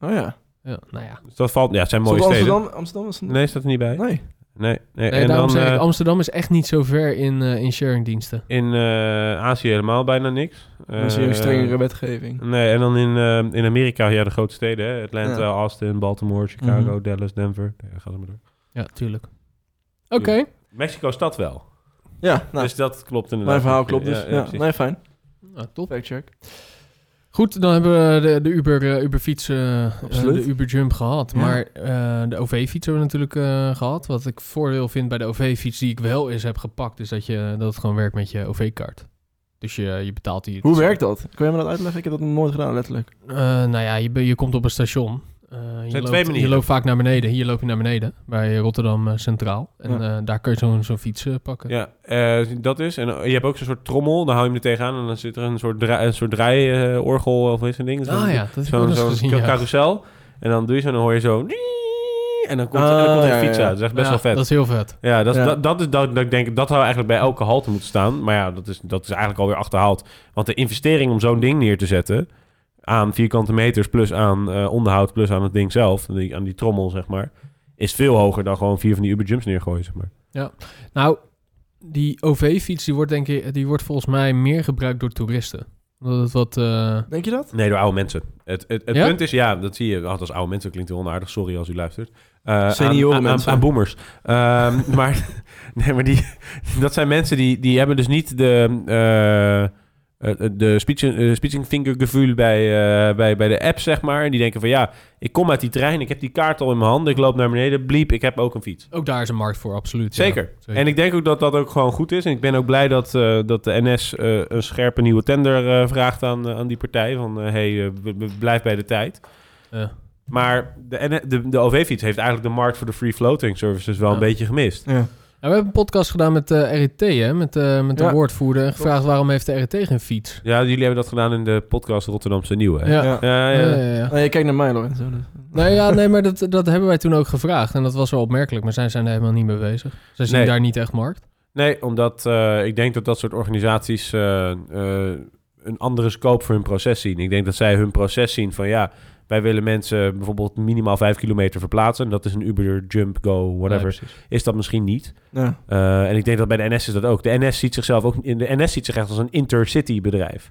Oh ja. Ja, nou ja. Dus dat valt, ja, het zijn Stond mooie steden. Amsterdam, Amsterdam was een... Nee, staat er niet bij. Nee. Nee, nee. Nee, en daarom dan zeg ik, eh, Amsterdam is echt niet zo ver in, eh in sharingdiensten. in eh, Azië helemaal bijna niks. Dan is hier Eh, een strengere wetgeving. Nee, en dan in, eh, in Amerika, ja, de grote steden. Hè? Atlanta, Ja. Austin, Baltimore, Chicago, Mhm. Dallas, Denver. Ja, ga zo maar door. Ja, tuurlijk. Oké. Ja. Mexico stad wel. Ja, nou, dus dat klopt inderdaad. mijn verhaal klopt dus. Ja, Ja, ja, precies. Nee, fijn. Nou, top. Fact check. Goed, dan hebben we de, de Uber, eh, Uberfiets, eh, eh, Absoluut. de Uberjump gehad. Ja. Maar eh, de OV-fiets hebben we natuurlijk eh, gehad. Wat ik voordeel vind bij de OV-fiets die ik wel eens heb gepakt, is dat, je, dat het gewoon werkt met je OV-kaart. Dus je, je betaalt die. Hoe werkt dat? Kun je me dat uitleggen? Ik heb dat nog nooit gedaan, letterlijk. Eh, nou ja, je, be- je komt op een station. Eh, je, twee loopt, manieren. je loopt vaak naar beneden. Hier loop je naar beneden, bij Rotterdam eh, Centraal. En eh, daar kun je zo'n zo'n fiets eh, pakken. Ja, eh, dat is. En eh, je hebt ook zo'n soort trommel, dan hou je hem er tegenaan en dan zit er een soort, dra- een soort draaiorgel of iets en ding. Zo'n- Ah ja, dat is Zo'n zo'n gezien, ja. carousel. En dan doe je zo en dan hoor je zo... En dan komt, en Ah, dan komt er ja, een fiets ja, ja. uit. Dat is echt best Ja, wel vet. Dat is heel vet. Ja, dat, is- Ja. Dat, dat is dat, dat ik denk, dat zou eigenlijk bij elke halte moeten staan. Maar ja, dat is, dat is eigenlijk alweer achterhaald. Want de investering om zo'n ding neer te zetten, aan vierkante meters plus aan eh, onderhoud, plus aan het ding zelf, aan die, aan die trommel, zeg maar, is veel hoger dan gewoon vier van die Uber Jumps neergooien, zeg maar. Nou, die OV-fiets die wordt, denk ik, die wordt volgens mij meer gebruikt door toeristen. Omdat het wat... eh, Denk je dat? Nee, door oude mensen. Het, het, het Ja? punt is, ja, dat zie je. Ach, als oude mensen klinkt heel onaardig. Sorry als u luistert. Eh, Senioren aan, aan, aan, mensen. aan boomers. Ehm, maar nee, maar die, dat zijn mensen die, die hebben dus niet de, eh, eh, de speech, eh, speeching fingergevoel bij, eh, bij, bij de app, zeg maar. En die denken van ja, ik kom uit die trein, ik heb die kaart al in mijn hand, ik loop naar beneden, bliep, ik heb ook een fiets. ook daar is een markt voor, absoluut. ja. Zeker. En ik denk ook dat dat ook gewoon goed is. En ik ben ook blij dat, eh, dat de NS eh, een scherpe nieuwe tender eh, vraagt aan, eh, aan die partij. Van hé, hey, eh, b- b- blijf bij de tijd. Ja. Maar de, N- de, de OV-fiets heeft eigenlijk de markt voor de free floating services wel Ja. een beetje gemist. Ja. Ja, Nou, we hebben een podcast gedaan met eh RET, hè, met, eh, met de Ja. woordvoerder. En gevraagd waarom heeft de RET geen fiets? Ja, jullie hebben dat gedaan in de podcast Rotterdamse Nieuwe. hè? Ja. Ja. Ja, ja. Ja, ja, ja. Nee, je kijkt naar mij, Lorenzo. dus- Nou ja, nee, maar dat, dat hebben wij toen ook gevraagd. En dat was wel opmerkelijk, maar zij zijn er helemaal niet mee bezig. Zij zien Nee. daar niet echt markt. Nee, omdat eh, ik denk dat dat soort organisaties eh, eh, een andere scope voor hun proces zien. Ik denk dat zij hun proces zien van ja, wij willen mensen bijvoorbeeld minimaal vijf kilometer verplaatsen. En Dat is een Uber, Jump, Go, Nee, whatever. precies. is dat misschien niet. Ja. Eh, en ik denk dat bij de NS is dat ook. De NS ziet zichzelf ook in de NS ziet zich echt als een intercity bedrijf.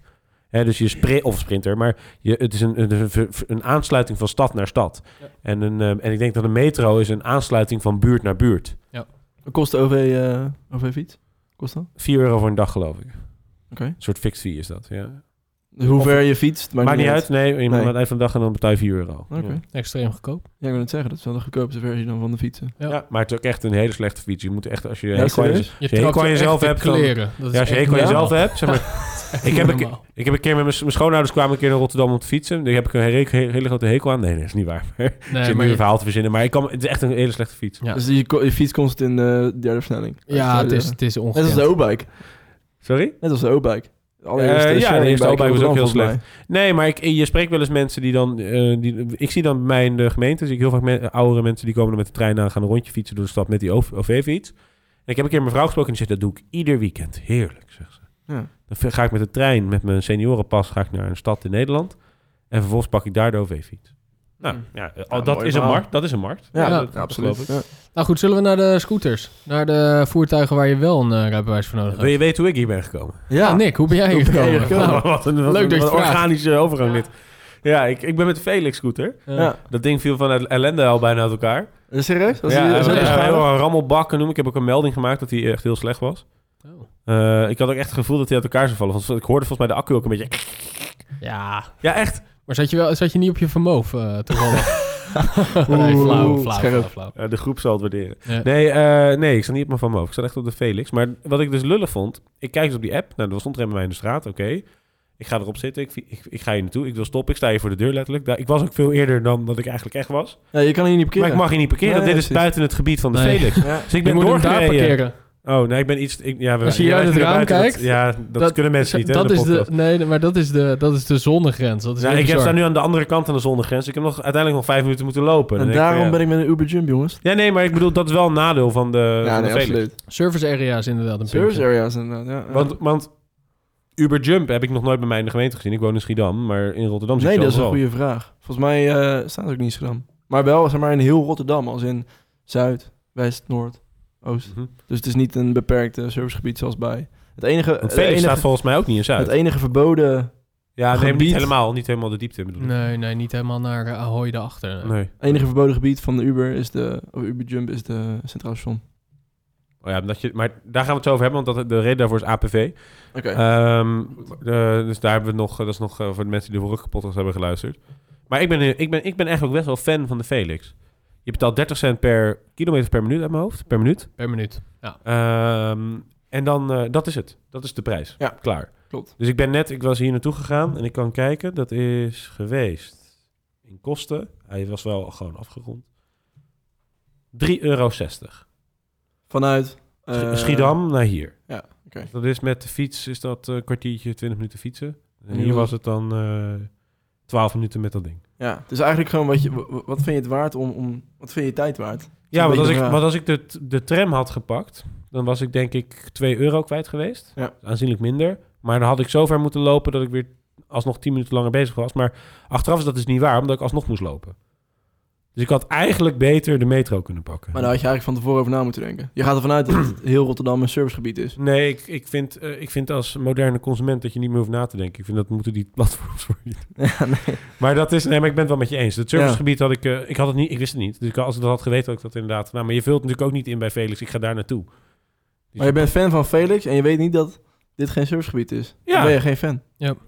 Hè, dus je sprint of sprinter, maar je, het is een, het is een, ver- een aansluiting van stad naar stad. Ja. En, een, eh, en ik denk dat een metro is een aansluiting van buurt naar buurt. Wat Kost de OV, eh, OV-fiets? Kost dat? 4 euro voor een dag, geloof ik. Oké. Een soort fixed fee is dat. Ja. Dus hoe ver je fietst, maakt, Maakt niet uit. Nee, je moet Nee. aan het eind van de dag en dan betaal je 4 euro. Oké. Ja. Extreem goedkoop. Ja, ik wil het zeggen, dat is wel de goedkoopste versie dan van de fietsen. Ja. Ja, maar het is ook echt een hele slechte fiets. Je moet echt, als je Ja, hekel aan serieus? je- als je hekel aan trapt jezelf echt de hebt, dan- kleren. Dat is ja, als je echt hekel aan niet jezelf normaal. hebt, zeg maar, Ik heb, een, ke- Normaal. ik heb een keer met mijn s- mijn schoonouders kwamen een keer naar Rotterdam om te fietsen. Daar heb ik een hele, hele, hele grote hekel aan. Nee, nee, dat is niet waar. ik Nee, zit maar nu een je- verhaal te verzinnen, maar ik kan, het is echt een hele slechte fiets. Ja. Dus je, ko- je fiets constant in de derde versnelling. ja, het is, Net het is als ongekend. de O-bike. Sorry? Net als de O-bike. De Eh, ja, de sharing eerste bike O-bike in was ook Rotterdam, heel volgens mij. Nee, maar ik, je spreekt wel eens mensen die dan... eh, die, ik zie dan bij mij in de gemeente, zie ik heel vaak me- oudere mensen... die komen dan met de trein aan, gaan een rondje fietsen door de stad met die OV OV-fiets. En ik heb een keer mijn vrouw gesproken en die zegt... dat doe ik ieder weekend. Heerlijk, zegt ze. Ja. Dan v- ga ik met de trein, met mijn seniorenpas... ga ik naar een stad in Nederland. En vervolgens pak ik daar de OV-fiets. Nou, Hm. ja, eh, Ja, dat, mooi is een verhaal. markt, dat is een markt. Ja, Ja, dat- dat absoluut. geloof Ja. Nou goed, zullen we naar de scooters? Naar de voertuigen waar je wel een eh, rijbewijs voor nodig Wil hebt. je weten hoe ik hier ben gekomen? Ja. Ah, Nick, hoe ben jij Hoe hier ben jij hier gekomen? gekomen? Nou, wat een, wat leuk een- dat je wat een vraagt. organische overgang dit. Ja, ik, ik ben met de Felix-scooter. eh, Ja. Dat ding viel vanuit ellende al bijna uit elkaar. Is het serieus? Was ja, die- hij was was hij echt beschadigd? heel rammelbak noem ik. Ik heb ook een melding gemaakt dat hij echt heel slecht was. oh. Eh, ik had ook echt het gevoel dat hij uit elkaar zou vallen. Want ik hoorde volgens mij de accu ook een beetje... Ja, Ja, echt. maar zat je, wel, zat je niet op je vermoof eh toevallig? nee, Oeh, flauw, flauw, flauw, scherp. flauw. Eh, de groep zal het waarderen. Ja. Nee, eh, nee, ik zat niet op mijn Van Moof. Ik zat echt op de Felix. Maar wat ik dus lullig vond... Ik kijk eens op die app. Nou, er stond er een bij mij in de straat. Oké. Ik ga erop zitten. Ik, ik, ik ga hier naartoe. Ik wil stoppen. Ik sta hier voor de deur letterlijk. Daar- ik was ook veel eerder dan dat ik eigenlijk echt was. Ja, je kan hier niet Maar parkeren. ik mag hier niet parkeren. Nee, dit is precies. buiten het gebied van de Nee. Felix. Ja. Dus ik Je ben moet hem daar doorgereden. parkeren. Oh, nee, ik ben iets... Ik, ja, we, Als je hier wij uit het zijn raam buiten, dat- kijkt, ja, dat, dat- kunnen mensen niet, hè, dat de is de, podcast. nee, maar dat is de, dat is de zonnegrens. Dat is Ja, heel Dus ik heb bizar. sta nu aan de andere kant van de zonnegrens. Ik heb nog, uiteindelijk nog vijf minuten moeten lopen. En Dan denk daarom ik, ben ik met een Uber Jump, jongens. ja. Ja, nee, maar ik bedoel, dat is wel een nadeel van de, Ja, van nee, de Felix. absoluut. Service area is inderdaad een Service puntje. areas inderdaad, ja. Want, want Uber Jump heb ik nog nooit bij mij in de gemeente gezien. Ik woon in Schiedam, maar in Rotterdam zit Nee, je dat is een overal. goede vraag. Volgens mij eh staat het ook niet in Schiedam. Maar wel, zeg maar, in heel Rotterdam. Als in Zuid, West, Noord, Oost. Mhm. Dus het is niet een beperkt eh, servicegebied zoals bij... Het enige, Want het Felix enige, staat volgens mij ook niet in Zuid. het enige verboden... ja, nee, maar niet gebied- helemaal. Niet helemaal de diepte, bedoel ik. Nee, nee, niet helemaal naar eh, Ahoy daarachter. nee. Nee. enige verboden gebied van de Uber is de... Of Uber Jump is de Centraal Station. Oh ja, omdat je, maar daar gaan we het zo over hebben, want dat, de reden daarvoor is APV. Oké. Ehm, eh, dus daar hebben we het nog, eh, dat is nog eh, voor de mensen die de vorige podcast hebben geluisterd. Maar ik ben, eh, ik, ben, ik ben eigenlijk best wel fan van de Felix. Je betaalt 30 cent per kilometer per minuut uit mijn hoofd, per minuut. Per minuut. Ja. Ehm, en dan, eh, dat is het. Dat is de prijs. Ja. Klaar. Klopt. Dus ik ben net, ik was hier naartoe gegaan en ik kan kijken. Dat is geweest in kosten. Hij was wel gewoon afgerond. 3,60 euro. Vanuit... eh, Schiedam naar hier. Dus Ja, oké. Dat is met de fiets, is dat eh, een kwartiertje, 20 minuten fietsen. En Ja. hier was het dan eh 12 minuten met dat ding. Ja, het is eigenlijk gewoon wat je... wa- wa- Wat vind je het waard om... om wat vind je tijd waard? Ja, want beetje als, ik, raar. want als ik de, t- de tram had gepakt, dan was ik denk ik 2 euro kwijt geweest. Ja. Aanzienlijk minder. Maar dan had ik zo ver moeten lopen dat ik weer alsnog 10 minuten langer bezig was. Maar achteraf is dat dus niet waar, omdat ik alsnog moest lopen. Dus ik had eigenlijk beter de metro kunnen pakken. Maar daar had je eigenlijk van tevoren over na moeten denken. Je gaat ervan uit dat het heel Rotterdam een servicegebied is. Nee, ik, ik, vind, eh, ik vind als moderne consument dat je niet meer hoeft na te denken. Ik vind dat moeten die platforms voor je doen. Ja, nee. Maar dat is, nee, maar ik ben het wel met je eens. Het servicegebied had ik, eh, ik had het niet, ik wist het niet. Dus ik, als ik dat had geweten, had ik dat inderdaad gedaan. Maar je vult natuurlijk ook niet in bij Felix, ik ga daar naartoe. Dus Maar je bent fan van Felix en je weet niet dat dit geen servicegebied is. Ja. Dan ben je geen fan.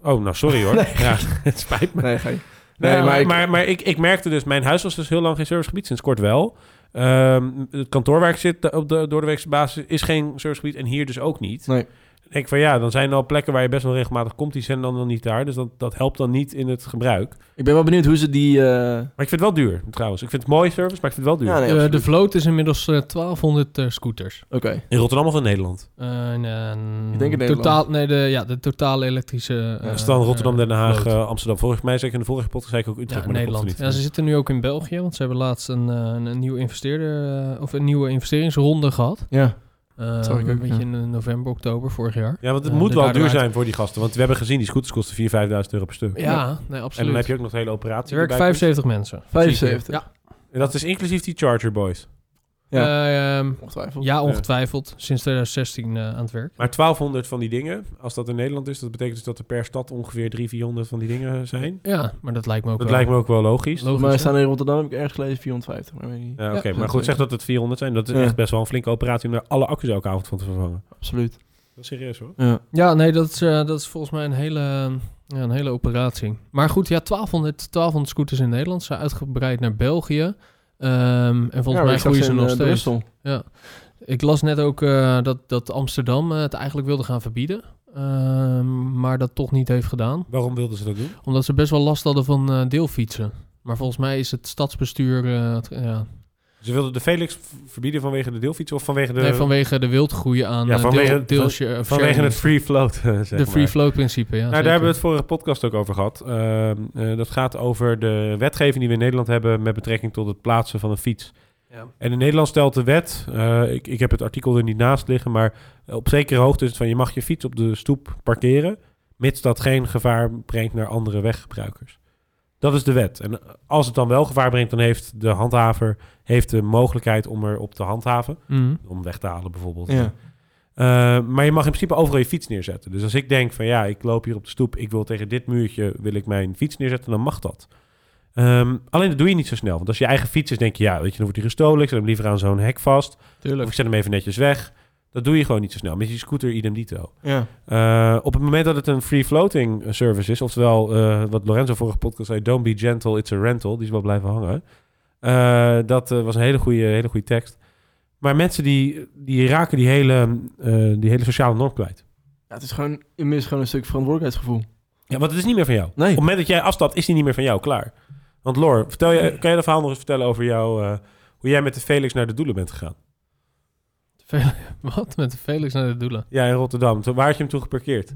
Oh, nou sorry hoor. Nee. Ja, het spijt me. Nee, geen. Nee, maar, Nee, maar ik... ik- Maar, ik, ik merkte dus, mijn huis was dus heel lang geen servicegebied, sinds kort wel. Ehm, het kantoor waar ik zit de- op de doordeweekse basis is geen servicegebied en hier dus ook niet. Nee. Ik denk van ja, dan zijn er al plekken waar je best wel regelmatig komt, die zijn dan, dan niet daar. Dus dat, dat helpt dan niet in het gebruik. Ik ben wel benieuwd hoe ze die... eh, Maar ik vind het wel duur trouwens. Ik vind het mooie service, maar ik vind het wel duur. Ja, nee, Eh, absoluut. de vloot is inmiddels eh, 1200 eh, scooters. Oké. In Rotterdam of in Nederland? Eh, en, eh, Ik denk in Nederland. totaal, nee, de, ja, de totale elektrische. Ja, eh, is dan Rotterdam, eh, Den Haag, vloot. eh, Amsterdam. Volgens mij zei ik in de vorige podcast zei ik ook Utrecht, ja, maar dat klopt Nederland. Ja, niet. ze zitten nu ook in België, want ze hebben laatst een, eh, een, een nieuwe investeerder eh, of een nieuwe investeringsronde gehad. Ja. Eh, zag ik ook, een beetje ja. in eh, november, oktober vorig jaar. Ja, want het Eh, de moet wel duur Waarderwaard. zijn voor die gasten. Want we hebben gezien, die scooters kosten 4.000, 5.000 euro per stuk. Ja, nee, En absoluut. dan heb je ook nog de hele operatie. Ze werken erbij. 75 mensen. 75. Ja, En dat is inclusief die Charger Boys. Eh, ehm, Ongetwijfeld. ja ongetwijfeld. Sinds 2016 eh, aan het werk. Maar 1200 van die dingen, als dat in Nederland is, dat betekent dus dat er per stad ongeveer 300, 400 van die dingen zijn. Ja, maar dat lijkt me ook Dat wel lijkt me ook wel logisch. logisch, Maar hè? we staan in Rotterdam, heb ik ergens gelezen, 450. Maar ik weet niet. Ja, Oké, Ja. maar goed, zeg dat het 400 zijn. Dat is Ja. echt best wel een flinke operatie om daar alle accu's elke avond van te vervangen. Absoluut. Dat is serieus hoor. Ja. Ja, nee, dat is, eh, dat is volgens mij een hele, ja, een hele operatie. Maar goed, ja, 1200, 1200 scooters in Nederland zijn uitgebreid naar België. Ehm, en volgens Ja, mij ik zag groeien ze in, nog eh, steeds. Brussel. Ik las net ook eh, dat, dat Amsterdam eh, het eigenlijk wilde gaan verbieden. Eh, ehm, maar dat toch niet heeft gedaan. Waarom wilden ze dat doen? Omdat ze best wel last hadden van eh, deelfietsen. Maar volgens mij is het stadsbestuur... eh, het- ja. Ze wilden de Felix v- verbieden vanwege de deelfiets of vanwege de... nee, vanwege de wildgroei aan Ja, eh, vanwege- deel, deelshare- of vanwege sharing. het free float, zeg de free maar. float principe, ja. Nou, zeker. daar hebben we het vorige podcast ook over gehad. Ehm, eh, dat gaat over de wetgeving die we in Nederland hebben met betrekking tot het plaatsen van een fiets. En in Nederland stelt de wet, eh, ik, ik heb het artikel er niet naast liggen, maar op zekere hoogte is het van je mag je fiets op de stoep parkeren, mits dat geen gevaar brengt naar andere weggebruikers. Dat is de wet. En als het dan wel gevaar brengt, dan heeft de handhaver heeft de mogelijkheid om erop te handhaven. Mhm. Om weg te halen bijvoorbeeld. Ja. Eh, maar je mag in principe overal je fiets neerzetten. Dus als ik denk van ja, ik loop hier op de stoep, ik wil tegen dit muurtje wil ik mijn fiets neerzetten, dan mag dat. Ehm, alleen dat doe je niet zo snel. Want als je eigen fiets is, denk je ja, weet je, dan wordt die gestolen. Ik zet hem liever aan zo'n hek vast. Of Tuurlijk. ik zet hem even netjes weg. Dat doe je gewoon niet zo snel. Met je scooter idem dito. Ja. Eh, op het moment dat het een free floating service is, oftewel eh, wat Lorenzo vorige podcast zei, don't be gentle, it's a rental, die is wel blijven hangen. Eh, dat eh, was een hele goede, hele goede tekst. Maar mensen die, die raken die hele, eh, die hele sociale norm kwijt. Ja, het is gewoon, je mist gewoon een stuk verantwoordelijkheidsgevoel. Ja, want het is niet meer van jou. Nee. Op het moment dat jij afstapt, is die niet meer van jou, klaar. Want Lor, vertel je, kan je dat verhaal nog eens vertellen over jou, eh, hoe jij met de Felix naar de Doelen bent gegaan? Fel- Wat? Met de Felix naar de doelen. Ja, in Rotterdam. Toen- Waar had je hem toen geparkeerd?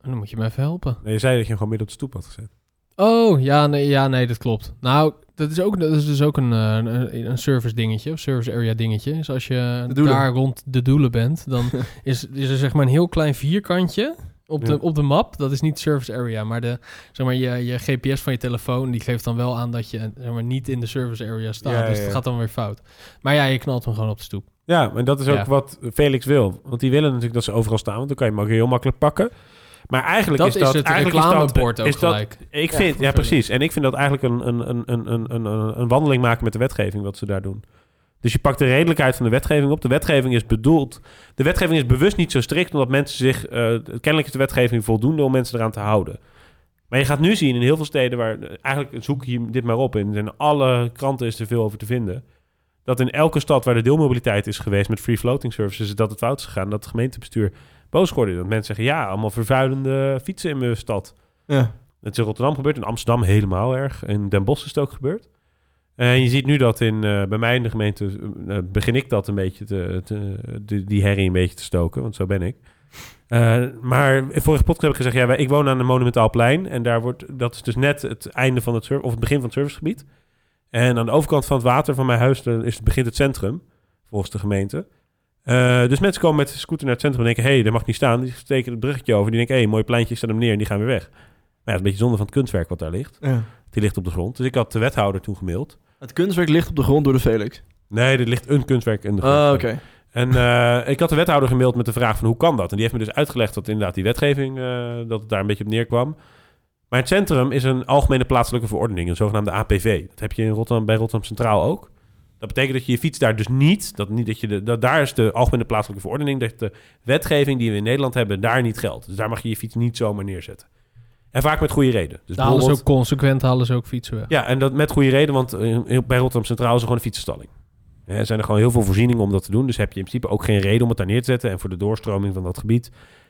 Dan moet je me even helpen. Nee, je zei dat je hem gewoon midden op de stoep had gezet. Oh, ja, nee, ja, nee dat klopt. Nou, dat is ook, dat is dus ook een, eh, een, een service dingetje, of service area dingetje. Dus als je De doelen. daar rond de doelen bent, dan is, is er zeg maar een heel klein vierkantje op de, Ja. op de map. Dat is niet service area, maar, de, zeg maar je, je GPS van je telefoon, die geeft dan wel aan dat je zeg maar, niet in de service area staat. Ja, dus ja, dat ja. Dus gaat dan weer fout. Maar ja, je knalt hem gewoon op de stoep. Ja, en dat is ook Ja. wat Felix wil. Want die willen natuurlijk dat ze overal staan, want dan kan je hem ook heel makkelijk pakken. Maar eigenlijk dat is is, dat... het eigenlijk is reclamebord dat, ook is dat- gelijk. ik Ja, vind, ja, sorry. precies. En ik vind dat eigenlijk een, een, een, een, een, een- een, een wandeling maken met de wetgeving, wat ze daar doen. Dus je pakt de redelijkheid van de wetgeving op. De wetgeving is bedoeld... De wetgeving is bewust niet zo strikt, omdat mensen zich... eh, kennelijk is de wetgeving voldoende om mensen eraan te houden. Maar je gaat nu zien in heel veel steden waar... eh, Eigenlijk zoek je dit maar op. En in alle kranten is er veel over te vinden dat in elke stad waar de deelmobiliteit is geweest met free floating services, is dat het fout is gegaan. Dat het gemeentebestuur boos geworden is. Dat mensen zeggen, ja, allemaal vervuilende fietsen in mijn stad. Ja. Het is in Rotterdam gebeurd, in Amsterdam helemaal erg. In Den Bosch is het ook gebeurd. En je ziet nu dat in, eh, bij mij in de gemeente eh, begin ik dat een beetje te, te- die- die herrie een beetje te stoken, want zo ben ik. Eh, maar in vorige podcast heb ik gezegd, ja, wij- ik woon aan een monumentaal plein en daar wordt, dat is dus net het einde van het service, of het begin van het servicegebied. En aan de overkant van het water van mijn huis dan is, begint het centrum, volgens de gemeente. Eh, dus mensen komen met de scooter naar het centrum en denken... hé, hey, daar mag ik niet staan. Die steken het bruggetje over. Die denken, hé, hey, mooi pleintje, ik zet hem neer en die gaan weer weg. Maar Nou ja, dat is een beetje zonde van het kunstwerk wat daar ligt. ja. Die ligt op de grond. Dus ik had de wethouder toen gemaild. Het kunstwerk ligt op de grond door de Felix. Nee, er ligt een kunstwerk in de grond. Ah, oké. En eh, ik had de wethouder gemaild met de vraag van hoe kan dat? En die heeft me dus uitgelegd dat inderdaad die wetgeving, eh, dat het daar een beetje op neerkwam. Maar het centrum is een algemene plaatselijke verordening, een zogenaamde APV. Dat heb je in Rotterdam, bij Rotterdam Centraal ook. Dat betekent dat je je fiets daar dus niet, dat niet dat je de, dat, daar is de algemene plaatselijke verordening, dat de wetgeving die we in Nederland hebben daar niet geldt. Dus daar mag je je fiets niet zomaar neerzetten. En vaak met goede reden. Dus Daar halen ze bijvoorbeeld- ook consequent, halen ze ook fietsen weg. ja, en dat met goede reden, want eh, bij Rotterdam Centraal is er gewoon een fietsenstalling. Eh, Er zijn er gewoon heel veel voorzieningen om dat te doen. Dus heb je in principe ook geen reden om het daar neer te zetten. En voor de doorstroming van dat gebied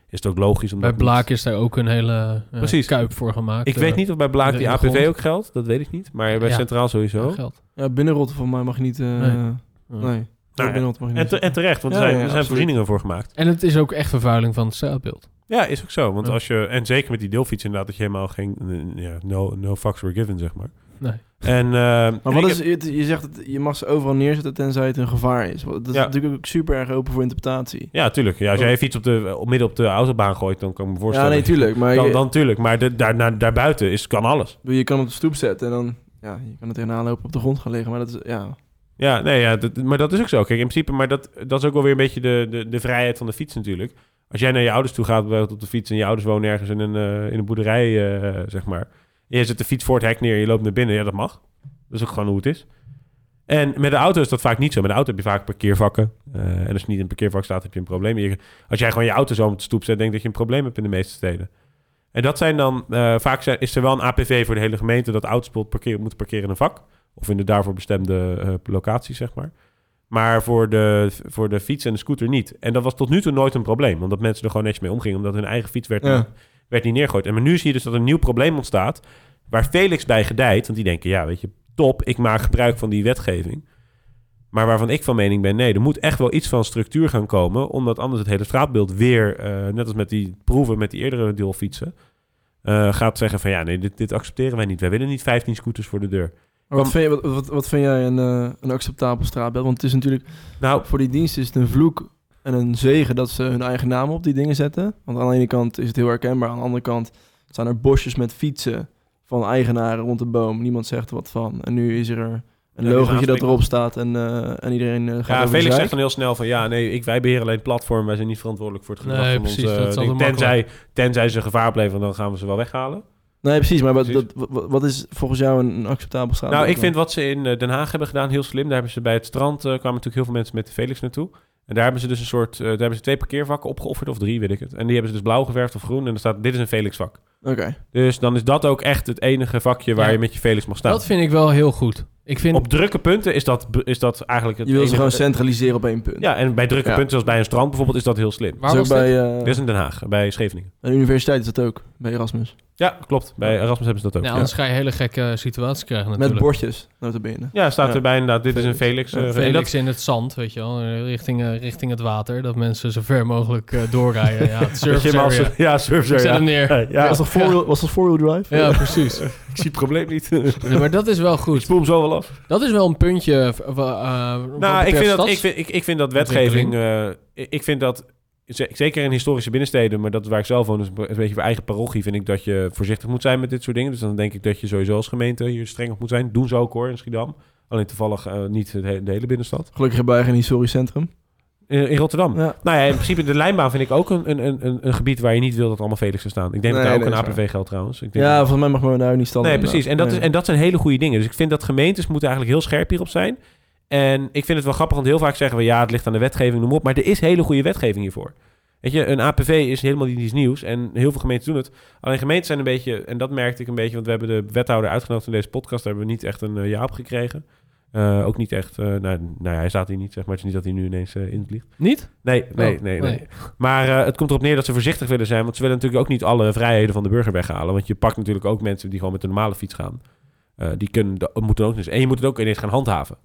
is het ook logisch om Bij dat niet- Blaak is daar ook een hele eh, Precies. kuip voor gemaakt. eh, Ik weet niet of bij Blaak in die de APV grond. ook geldt. Dat weet ik niet. Maar bij Ja. Centraal sowieso. Nou geld. Ja, binnenrotten van mij mag je niet... eh, Nee. nee. ja. binnenrotten mag je En, niet. te- en terecht, want er Ja, zijn, ja, er zijn absoluut. voorzieningen voor gemaakt. En het is ook echt vervuiling van het straatbeeld. Ja, is ook zo. Want Ja. als je, en zeker met die deelfiets inderdaad, dat je helemaal geen... eh, Ja, no, no fucks were given, zeg maar. Nee. En, eh, en maar wat ik is, het- je zegt dat je mag ze overal neerzetten tenzij het een gevaar is. Want Dat is Ja. natuurlijk ook super erg open voor interpretatie. Ja, tuurlijk. Ja, als jij je fiets op de, op, midden op de autobaan gooit, dan kan ik me Oh. Ja, voorstellen... nee, tuurlijk. Maar Dan, je, dan tuurlijk, maar de, daar, naar, daarbuiten is, kan alles. bedoel, je kan hem op de stoep zetten en dan... Ja, je kan het tegenaan lopen op de grond gaan liggen. Maar dat is... Ja, Ja, nee, ja, dat, maar dat is ook zo. Kijk, in principe, maar dat, dat is ook wel weer een beetje de, de, de vrijheid van de fiets natuurlijk. Als jij naar je ouders toe gaat, bijvoorbeeld op de fiets... en je ouders wonen ergens in een, eh, in een boerderij, eh, zeg maar... en je zet de fiets voor het hek neer en je loopt naar binnen... ja, dat mag. Dat is ook gewoon hoe het is. En met de auto is dat vaak niet zo. Met de auto heb je vaak parkeervakken. eh, en als je niet in een parkeervak staat, heb je een probleem. Je- als jij gewoon je auto zo op de stoep zet... denk ik dat je een probleem hebt in de meeste steden. En dat zijn dan... eh, vaak zijn, is er wel een APV voor de hele gemeente... dat auto's bijvoorbeeld parkeer, moeten parkeren in een vak of in de daarvoor bestemde eh, locatie, zeg maar. Maar voor de, voor de fiets en de scooter niet. En dat was tot nu toe nooit een probleem. Omdat mensen er gewoon netjes mee omgingen. Omdat hun eigen fiets werd, Ja. werd niet neergegooid. En maar nu zie je dus dat er een nieuw probleem ontstaat. Waar Felix bij gedijt. Want die denken, ja, weet je, top. Ik maak gebruik van die wetgeving. Maar waarvan ik van mening ben, nee, er moet echt wel iets van structuur gaan komen. Omdat anders het hele straatbeeld weer, eh, net als met die proeven met die eerdere deelfietsen. eh, gaat zeggen van ja, nee, dit, dit accepteren wij niet. Wij willen niet 15 scooters voor de deur. Maar wat, vind je, wat, wat, wat vind jij een, eh, een acceptabel straatbeeld? Want het is natuurlijk, Nou, voor die dienst is het een vloek en een zegen dat ze hun eigen naam op die dingen zetten. Want aan de ene kant is het heel herkenbaar, aan de andere kant zijn er bosjes met fietsen van eigenaren rond de boom. Niemand zegt er wat van. En nu is er een is logotje dat aanspreekbaar. erop staat en, eh, en iedereen eh, gaat Ja, over de Felix zijk. zegt dan heel snel van ja, nee, ik, wij beheren alleen het platform, wij zijn niet verantwoordelijk voor het gedrag Nee, van precies, onze dat is eh, ding. altijd Tenzij, makkelijk. tenzij ze gevaar blijven, dan gaan we ze wel weghalen. Nee, precies. Maar wat, Precies. dat- wat- wat, wat is volgens jou een, een acceptabel straatbeeld? nou, ik vind wat ze in eh, Den Haag hebben gedaan heel slim. Daar hebben ze bij het strand, eh, kwamen natuurlijk heel veel mensen met de Felix naartoe. En daar hebben ze dus een soort, eh, daar hebben ze twee parkeervakken opgeofferd, of drie, weet ik het. En die hebben ze dus blauw geverfd of groen. En dan staat, dit is een Felix vak. Oké. Dus dan is dat ook echt het enige vakje waar Ja. je met je Felix mag staan. Dat vind ik wel heel goed. Ik vind, Op drukke punten is dat, is dat eigenlijk het Je wil ze enige- gewoon centraliseren op één punt. Ja, en bij drukke Ja. punten, zoals bij een strand bijvoorbeeld, is dat heel slim. waar Zo was bij dit? eh, Dit is in Den Haag, bij Scheveningen. bij de universiteit is dat ook, bij Erasmus. Ja, klopt. Bij Erasmus hebben ze dat ook. Nou, eh, ja. anders ga je hele gekke situaties krijgen natuurlijk. Met bordjes, notabene. Ja, staat Ja. erbij inderdaad. Dit is een Felix. Ja, eh, en Felix dat- in het zand, weet je wel, eh, richting, eh, richting het water. Dat mensen zo ver mogelijk eh, doorrijden. Ja, het dat je surface hem als- area. Ja, eh, Ik surfer. zet Ja. hem neer. Ja, ja, Was dat four-wheel was dat four-wheel drive? Ja, precies. Eh, ik zie het probleem niet. ik Nee, maar dat is wel goed. spoel hem zo wel af. Dat is wel een puntje. eh, wa- eh, wat Nou, ik betreft vind, dat, stads- ik, vind, ik, ik vind dat wetgeving... eh, ik- ik vind dat, ze- zeker in historische binnensteden... maar dat is waar ik zelf woon, dus een beetje voor eigen parochie... vind ik dat je voorzichtig moet zijn met dit soort dingen. Dus dan denk ik dat je sowieso als gemeente hier streng op moet zijn. Doen ze ook hoor, in Schiedam. Alleen toevallig eh, niet het he- de hele binnenstad. Gelukkig bij geen historisch centrum. In, in Hm. Rotterdam. Ja. Nou ja, in principe de lijnbaan vind ik ook een, een, een- een, een gebied... waar je niet wil dat allemaal Felixen staan. Ik denk Nee, dat daar ook nee, een dat is waar. APV geldt trouwens. Ik denk ja, dat- volgens mij mag men daar niet staan. Nee, precies. En dat, Nee. is, en dat zijn hele goede dingen. Dus ik vind dat gemeentes moeten eigenlijk heel scherp hierop zijn. En ik vind het wel grappig, want heel vaak zeggen we... ja, het ligt aan de wetgeving, noem op. Maar er is hele goede wetgeving hiervoor. Weet je, een APV is helemaal niet iets nieuws. En heel veel gemeenten doen het. Alleen gemeenten zijn een beetje... en dat merkte ik een beetje... want we hebben de wethouder uitgenodigd in deze podcast. Daar hebben we niet echt een eh, ja op gekregen. Eh, ook niet echt... eh, nou, nou ja, hij staat hier niet, zeg maar. Het is niet dat hij nu ineens eh invliegt. Niet? Nee, nee, Oh, nee, nee. Maar eh, het komt erop neer dat ze voorzichtig willen zijn. Want ze willen natuurlijk ook niet alle vrijheden van de burger weghalen. Want je pakt natuurlijk ook mensen die gewoon met een normale fiets gaan. Eh, die kunnen, dat moeten ook niet. En je moet het ook ineens gaan handhaven.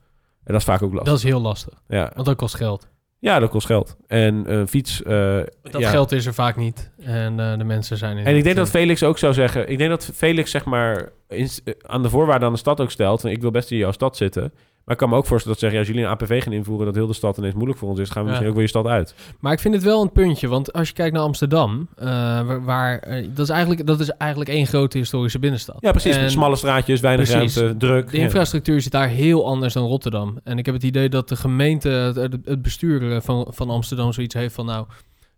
En dat is vaak ook lastig. Dat is heel lastig. Ja. Want dat kost geld. ja, dat kost geld. En een fiets. eh, Dat ja. geld is er vaak niet. En eh, de mensen zijn eh, in En ik denk dat Felix ook zou zeggen. Ik denk dat Felix, zeg maar, ins- eh, aan de voorwaarden aan de stad ook stelt. van, Ik wil best in jouw stad zitten. Maar ik kan me ook voorstellen dat zeggen, ja, als jullie een APV gaan invoeren, dat heel de stad ineens moeilijk voor ons is, gaan we Ja. misschien ook wel je stad uit. Maar ik vind het wel een puntje, want als je kijkt naar Amsterdam, eh, waar, waar, eh, dat, is eigenlijk, dat is eigenlijk één grote historische binnenstad. Ja, precies. En Smalle straatjes, weinig precies. ruimte, druk. de Ja. infrastructuur zit daar heel anders dan Rotterdam. En ik heb het idee dat de gemeente, het, het bestuur eh, van, van Amsterdam zoiets heeft van nou,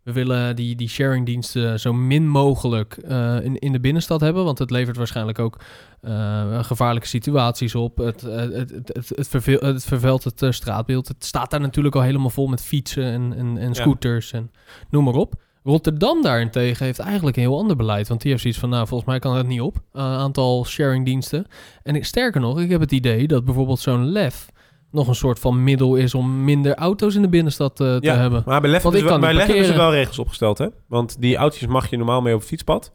we willen die, die sharingdiensten zo min mogelijk eh, in, in de binnenstad hebben, want het levert waarschijnlijk ook eh, gevaarlijke situaties op. Het, eh, het, het, het, het, verveel- het vervuilt het eh, straatbeeld. Het staat daar natuurlijk al helemaal vol met fietsen en, en, en scooters en noem maar op. Rotterdam daarentegen heeft eigenlijk een heel ander beleid. Want die heeft zoiets van, nou, volgens mij kan dat niet op. Eh, aantal sharingdiensten. En ik, sterker nog, ik heb het idee dat bijvoorbeeld zo'n lef... nog een soort van middel is om minder auto's in de binnenstad eh, te hebben. Maar bij Lef, Want hebben ik kan ze- bij niet Lef hebben ze parkeren. wel regels opgesteld, hè? Want die autootjes mag je normaal mee op het fietspad.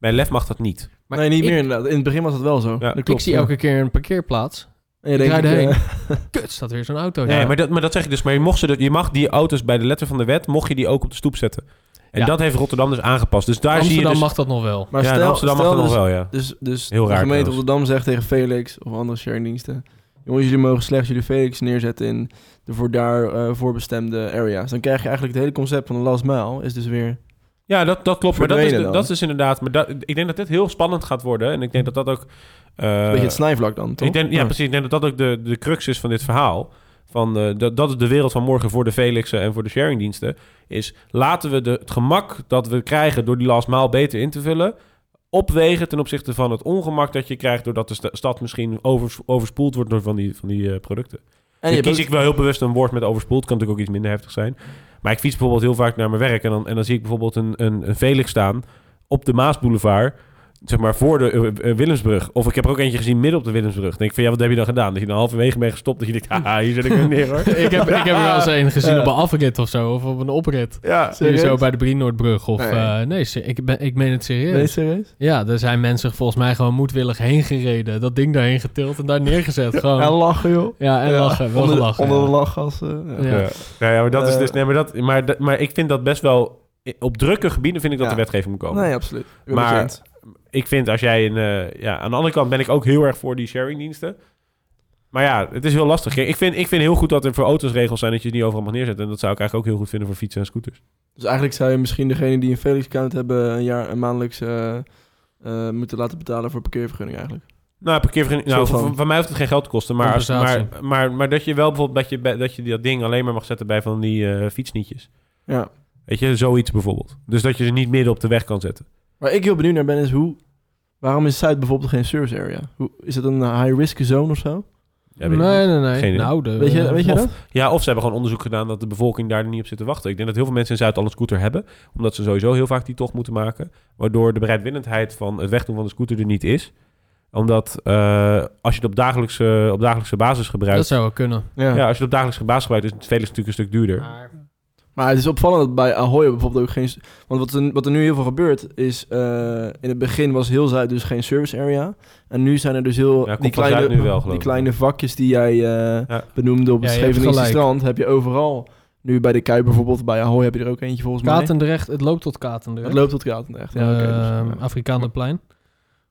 Bij Lef mag dat niet. Maar nee, niet ik, meer inderdaad. In het begin was het wel zo. Ja. Dat klopt, Ik zie ja. elke keer een parkeerplaats. En je ik denkt, rijd eh, Kut, staat weer zo'n auto. Nee, daar. maar dat, maar dat zeg ik dus. Maar je, mocht ze, dus- je mag die auto's bij de letter van de wet, mocht je die ook op de stoep zetten. En Ja. dat heeft Rotterdam dus aangepast. Dus daar Amsterdam zie je dus... mag dat nog wel. Maar ja, in stel, Amsterdam stel mag dat dus, nog wel, ja. Dus, dus Heel de raar gemeente trouwens. Rotterdam zegt tegen Felix of andere sharingdiensten... Jongens, jullie mogen slechts jullie Felix neerzetten in de voor daar eh, voorbestemde area's. Dan krijg je eigenlijk het hele concept van de last mile is dus weer... Ja, dat, dat klopt. Maar dat is, Verdwenen de- dan. dat is inderdaad... Maar dat, ik denk dat dit heel spannend gaat worden. En ik denk dat dat ook... eh, Een beetje het snijvlak dan, toch? ik denk, ja, Ja. precies. Ik denk dat dat ook de, de crux is van dit verhaal. Van, eh, dat, dat is de wereld van morgen voor de Felixen en voor de sharingdiensten. Is laten we de, het gemak dat we krijgen door die last mile beter in te vullen... opwegen ten opzichte van het ongemak dat je krijgt... doordat de sta- stad misschien overs- overspoeld wordt door van die, van die eh, producten. En je Nu hebt kies ook- ik wel heel bewust een woord met overspoeld. Kan natuurlijk ook iets minder heftig zijn. Maar ik fiets bijvoorbeeld heel vaak naar mijn werk. En dan, en dan zie ik bijvoorbeeld een, een, een Felix staan op de Maasboulevard. zeg maar voor de eh, eh, Willemsbrug. Of ik heb er ook eentje gezien midden op de Willemsbrug. Dan denk ik van ja, wat heb je dan gedaan? Dat je dan halverwege bent gestopt. Dat je denkt, haha, hier zit ik ook neer hoor. ik, heb, ik heb er wel eens een gezien op een afrit of zo, of op een oprit. Ja. Zie je Serieus? zo bij de Brienoordbrug of... Nee. Nee, nee se- ik, ben, ik meen het serieus. Ben je serieus? Ja, er zijn mensen volgens mij gewoon moedwillig heen gereden. Dat ding daarheen getild en daar neergezet. Oh. En Gewoon. lachen, joh. Ja, en Ja, lachen. Wel onder, de- gelachen. onder de ja. lachgas. eh, ja. Ja. Ja. Ja, ja, maar dat is Eh. dus... Nee, maar, dat, maar, dat- maar ik vind dat best wel... Op drukke gebieden vind ik dat Ja. de wetgeving moet komen. Nee, absoluut. Ik ben Maar- het eens. Ik vind als jij een... eh, ja, aan de andere kant ben ik ook heel erg voor die sharingdiensten. Maar ja, het is heel lastig. Kijk, ik vind, ik vind heel goed dat er voor auto's regels zijn dat je het niet overal mag neerzetten. En dat zou ik eigenlijk ook heel goed vinden voor fietsen en scooters. Dus eigenlijk zou je misschien degene die een Felix-account hebben... een jaar een maandelijks eh, eh, moeten laten betalen voor parkeervergunning eigenlijk. Nou, parkeervergunning... Nou, Soort van. van, van mij hoeft het geen geld te kosten. Maar, als, maar, Compensatie. maar, maar dat je wel bijvoorbeeld... Dat je, bij- dat je dat ding alleen maar mag zetten bij van die eh, fietsnietjes. Ja. Weet je, zoiets bijvoorbeeld. Dus dat je ze niet midden op de weg kan zetten. Waar ik heel benieuwd naar ben is hoe... Waarom is Zuid bijvoorbeeld geen service area? Hoe, is het een high-risk zone of zo? Ja, weet ik Nee, nee, Geen nee. idee. Nou, de, Weet je, weet je of- dat? Ja, of ze hebben gewoon onderzoek gedaan dat de bevolking daar niet op zit te wachten. Ik denk dat heel veel mensen in Zuid al een scooter hebben. Omdat ze sowieso heel vaak die tocht moeten maken. Waardoor de bereidwillendheid van het wegdoen van de scooter er niet is. Omdat eh, als je het op dagelijkse, op dagelijkse basis Dat gebruikt... zou wel kunnen. Ja. Ja. als je het op dagelijkse basis gebruikt, is het Felix natuurlijk een stuk duurder. Ah. Maar het is opvallend dat bij Ahoy bijvoorbeeld ook geen... Want wat er, wat er nu heel veel gebeurt is... eh, in het begin was heel Zuid dus geen service area. En nu zijn er dus heel... Ja, die komt van kleine, Zuid nu wel, geloof die ik. kleine vakjes die jij eh, Ja. benoemde op het Ja, je hebt Scheveningse gelijk. strand... heb je overal. Nu bij de Kuip bijvoorbeeld, bij Ahoy heb je er ook eentje volgens mij. Katendrecht, het loopt tot Het Katendrecht. loopt tot Katendrecht. Ja, oké, dus, Ehm, ja. Afrikaanderplein.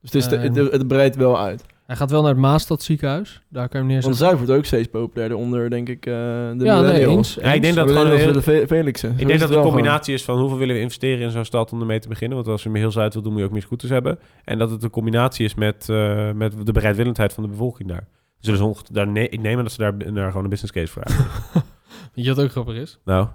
Dus het, is de- het, het breidt wel uit. Hij gaat wel naar het Maastad ziekenhuis. Daar kan je hem Want neerzetten. Zuid wordt ook steeds populairder onder, denk ik, eh, de ja, nee, millennials. eens. Ja, ik eens. denk De dat gewoon een millennials en heel- de Fe- Felixen. Zo ik is denk dat het de wel combinatie is van hoeveel willen we investeren in zo'n stad om ermee te beginnen. Want als je meer heel Zuid wil doen, moet je ook meer scooters hebben. En dat het een combinatie is met, eh, met de bereidwillendheid van de bevolking daar. Dus er is onge- daar ne- ik neem aan dat ze daar, daar gewoon een business case voor hebben. Weet je wat ook grappig is? nou,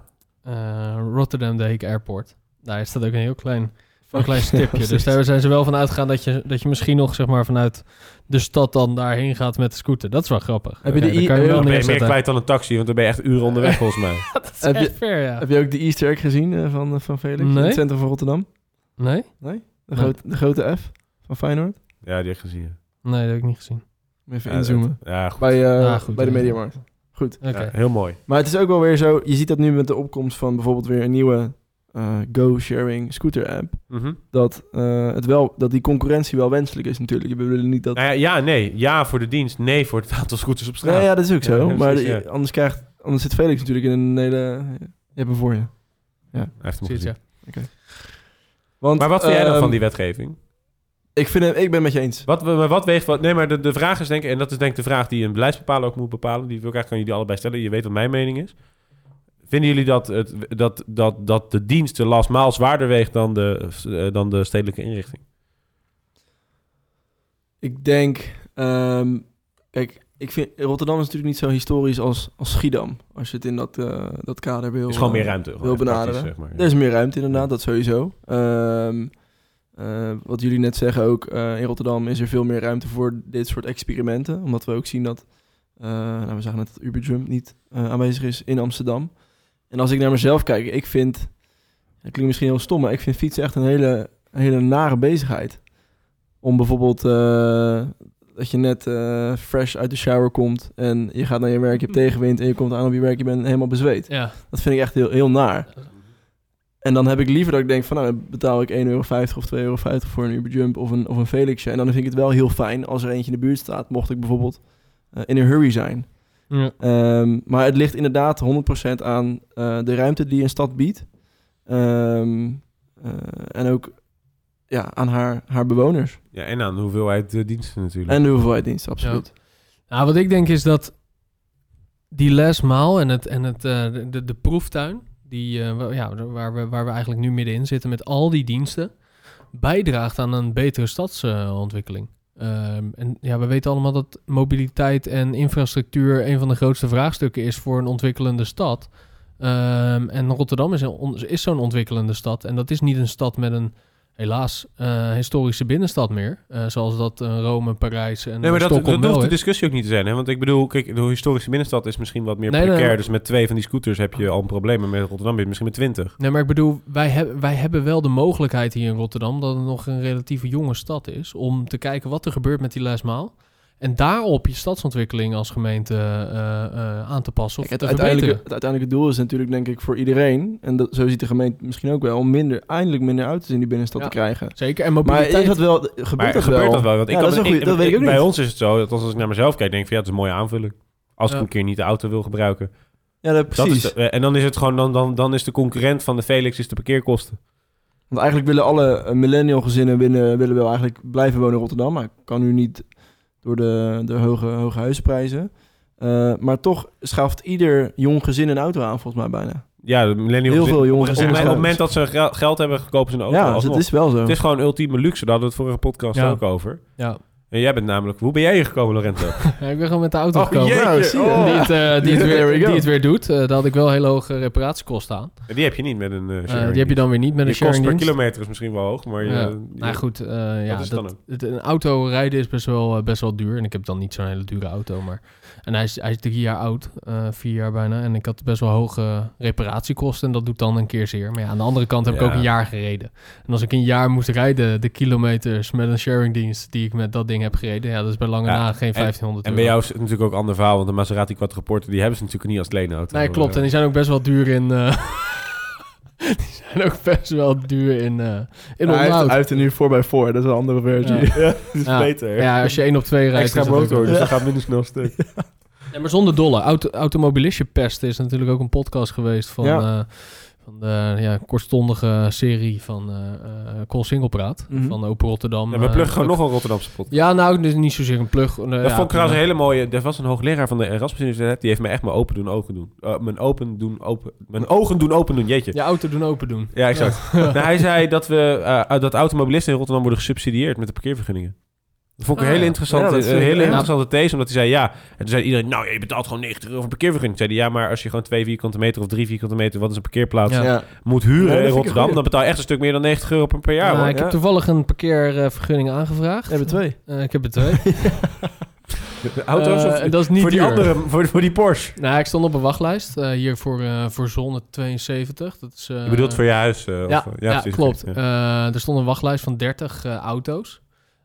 Eh, Rotterdam de Heek Airport. Daar staat ook een heel klein, een Fuck. klein stipje. dus daar zijn ze wel van uitgegaan dat je, dat je misschien nog zeg maar, vanuit de stad dan daarheen gaat met de scooter. Dat is wel grappig. Heb je Oké, de dan kan je i- hem wel Dan ben je meer neerzetten. kwijt dan een taxi, want dan ben je echt uren onderweg volgens mij. Dat is Heb je- echt fair, ja. Heb je ook de Easter egg gezien eh, van, van Felix in Nee. het centrum van Rotterdam? Nee? De, Nee. grote- de grote F van Feyenoord? Ja, die heb ik gezien. Nee, dat heb ik niet gezien. Moet Even Ja, inzoomen. dat- Ja, goed. Bij, eh, Ah, goed, bij de ja. Mediamarkt. Oké. Ja, heel mooi. Maar het is ook wel weer zo, je ziet dat nu met de opkomst van bijvoorbeeld weer een nieuwe eh, go-sharing scooter app, Mhm. dat, eh, het wel, dat die concurrentie wel wenselijk is natuurlijk. Je bedoelt niet dat... Nou ja, ja, nee. Ja voor de dienst. Nee voor het aantal scooters op straat. Nee, ja, dat is ook zo. Ja, maar precies, de- ja. anders, krijgt, anders zit Felix natuurlijk in een hele... Je hebt hem voor je. Hij heeft Precies, hem gezien. ja. Want, Maar wat vind jij dan ehm, van die wetgeving? Ik, vind, hem- ik ben het met je eens. Wat, maar wat weegt wat? Nee, maar de, de vraag is denk ik... En dat is denk ik de vraag die een beleidsbepaler ook moet bepalen. Die wil ik eigenlijk aan jullie allebei stellen. Je weet wat mijn mening is. Vinden jullie dat, het, dat, dat, dat de dienst de last maal zwaarder weegt dan de, eh, dan de stedelijke inrichting? Ik denk, ehm, kijk, ik vind Rotterdam is natuurlijk niet zo historisch als, als Schiedam. Als je het in dat, eh, dat kader wil. Er is gewoon eh, meer ruimte. gewoon wil echt praktisch, benaderen. Zeg maar. Er is meer ruimte inderdaad, dat sowieso. Ehm, eh, wat jullie net zeggen ook, eh, in Rotterdam is er veel meer ruimte voor dit soort experimenten. Omdat we ook zien dat, eh, nou, we zagen net dat Uber Jump niet eh, aanwezig is in Amsterdam. En als ik naar mezelf kijk, ik vind, het klinkt misschien heel stom, maar ik vind fietsen echt een hele, een hele nare bezigheid. Om bijvoorbeeld eh, dat je net eh, fresh uit de shower komt en je gaat naar je werk, je hebt tegenwind en je komt aan op je werk, je bent helemaal bezweet. Ja. Dat vind ik echt heel, heel naar. En dan heb ik liever dat ik denk van nou dan betaal ik 1,50 euro of 2,50 euro voor een Uber Jump of een, of een Felixje. En dan vind ik het wel heel fijn als er eentje in de buurt staat, mocht ik bijvoorbeeld eh, in een hurry zijn. Ja. Ehm, maar het ligt inderdaad 100% aan eh, de ruimte die een stad biedt. Ehm, eh, en ook ja, aan haar, haar bewoners. Ja, en aan de hoeveelheid eh, diensten natuurlijk. En de hoeveelheid dienst, absoluut. Nou, wat ik denk is dat die lesmaal en, het, en het, eh, de- de, de proeftuin, die, eh, wa- ja, waar, we, waar we eigenlijk nu middenin zitten met al die diensten, bijdraagt aan een betere stadsontwikkeling. Ehm, en ja, we weten allemaal dat mobiliteit en infrastructuur een van de grootste vraagstukken is voor een ontwikkelende stad. Ehm, en Rotterdam is, een on- is zo'n ontwikkelende stad. En dat is niet een stad met een helaas eh, historische binnenstad meer. eh, zoals dat eh, Rome, Parijs en Nee, maar dat, dat, Stockholm wel hoeft de is. discussie ook niet te zijn. Hè? Want ik bedoel, kijk, de historische binnenstad is misschien wat meer Nee, nee, precair. nee. Dus met twee van die scooters heb je al een probleem. Maar met Rotterdam ben je misschien met twintig. Nee, maar ik bedoel, wij, heb- wij hebben wel de mogelijkheid hier in Rotterdam, dat het nog een relatief jonge stad is, om te kijken wat er gebeurt met die lesmaal. En daarop je stadsontwikkeling als gemeente eh, eh, aan te passen of Kijk, het, te uiteindelijke, verbeteren. het uiteindelijke doel is natuurlijk, denk ik, voor iedereen. En dat, zo ziet de gemeente misschien ook wel. Om minder, eindelijk minder auto's in die binnenstad Ja. te krijgen. Zeker, en Maar mobiliteit... is dat wel, gebeurt Maar dat gebeurt wel? dat wel? Want ik Ja, kan dat is een ik- goeie- dat weet ik ook Bij niet. ons is het zo, dat als ik naar mezelf kijk, denk ik van ja, het is een mooie aanvulling. Als ik Ja. een keer niet de auto wil gebruiken. Ja, dat, Dat precies. is de- eh, en dan is het gewoon, dan, dan, dan is de concurrent van de Felix is de parkeerkosten. Want eigenlijk willen alle eh, millennial gezinnen binnen, willen wel eigenlijk blijven wonen in Rotterdam. Maar kan nu niet door de, de hoge, hoge huisprijzen. Eh, maar toch schaft ieder jong gezin een auto aan, volgens mij bijna. Ja, de millennial Heel gezin- veel jonge Op, gezinnen. het gaan. moment dat ze gel- geld hebben, kopen ze een auto. ja, dus alsnog. het is wel zo. het is gewoon ultieme luxe. Daar hadden we het vorige podcast Ja. ook over. Ja. En jij bent namelijk... Hoe ben jij hier gekomen, Lorenzo? Ja, ik ben gewoon met de auto Oh, gekomen. jeetje. Nou, zie je. Die het, eh, die, het There we weer, go. die het weer doet. Eh, daar had ik wel hele hoge reparatiekosten aan. Eh, die heb je niet met een eh, sharing die heb je dan weer niet met een Je kost per sharing kilometer is misschien wel hoog, maar... Je, Ja. je- Nou goed, eh, ja, is het dan dat, het, een auto rijden is best wel, eh, best wel duur. En ik heb dan niet zo'n hele dure auto. Maar... En hij is, hij is drie jaar oud, eh, vier jaar bijna. En ik had best wel hoge reparatiekosten. En dat doet dan een keer zeer. Maar ja, aan de andere kant heb ik Ja. ook een jaar gereden. En als ik een jaar moest rijden, de kilometers met een sharingdienst die ik met dat ding heb gereden. Ja, dat is bij lange Ja, na geen 1500 En euro. bij jou is het natuurlijk ook een ander verhaal, want de Maserati Quattroporte, die hebben ze natuurlijk niet als leenauto. Eh, Nee, klopt. En die zijn ook best wel duur in. eh, die zijn ook best wel duur in, eh in hij, heeft, onderhoud. hij heeft er nu 4x4, dat is een andere versie. Ja. Ja, dat is dus Ja. beter. Ja, als je één op twee rijdt. Extra is dat ook motor, wel- dus dat gaat minder snel stuk. Nee, maar zonder dolle. Auto, automobilistje pesten is natuurlijk ook een podcast geweest van, Ja. eh, van de ja, kortstondige serie van eh eh Col Singelpraat. Mhm. Van Open Rotterdam. En we eh, pluggen gewoon ook- nog een Rotterdamse podcast. Ja, nou, dus niet zozeer een plug. eh, ja, Dat vond ik trouwens maar- een hele mooie. Er was een hoogleraar van de Erasmus Universiteit. Die heeft mij echt mijn open doen open doen. Eh, mijn open doen open. Mijn ogen doen open doen. Jeetje. Ja, Ja, auto doen open doen. exact. Nou, hij zei dat we eh, dat automobilisten in Rotterdam worden gesubsidieerd met de parkeervergunningen. Dat vond ik Ah, een hele ja. interessante, Ja, een dat vind ik- hele ja. interessante these. Omdat hij zei ja. En toen zei iedereen, nou je betaalt gewoon 90 euro voor parkeervergunning. Toen zei hij, ja, maar als je gewoon twee vierkante meter of drie vierkante meter, wat is een parkeerplaats, Ja. moet huren Ja, dat vind in ik een Rotterdam, goeie. dan betaal je echt een stuk meer dan 90 euro per, per jaar. Ja, hoor. Nou, ik heb toevallig een parkeervergunning aangevraagd. Hebben twee. Eh, ik heb er twee. De auto's Eh, of- en dat is niet voor die duur. andere, voor, voor die Porsche. Nou, ik stond op een wachtlijst eh, hier voor, eh, voor zone 72. Dat is, eh, je bedoelt voor je huis? eh, ja, of, ja, precies. klopt. Ja. Eh, er stond een wachtlijst van 30 eh, auto's.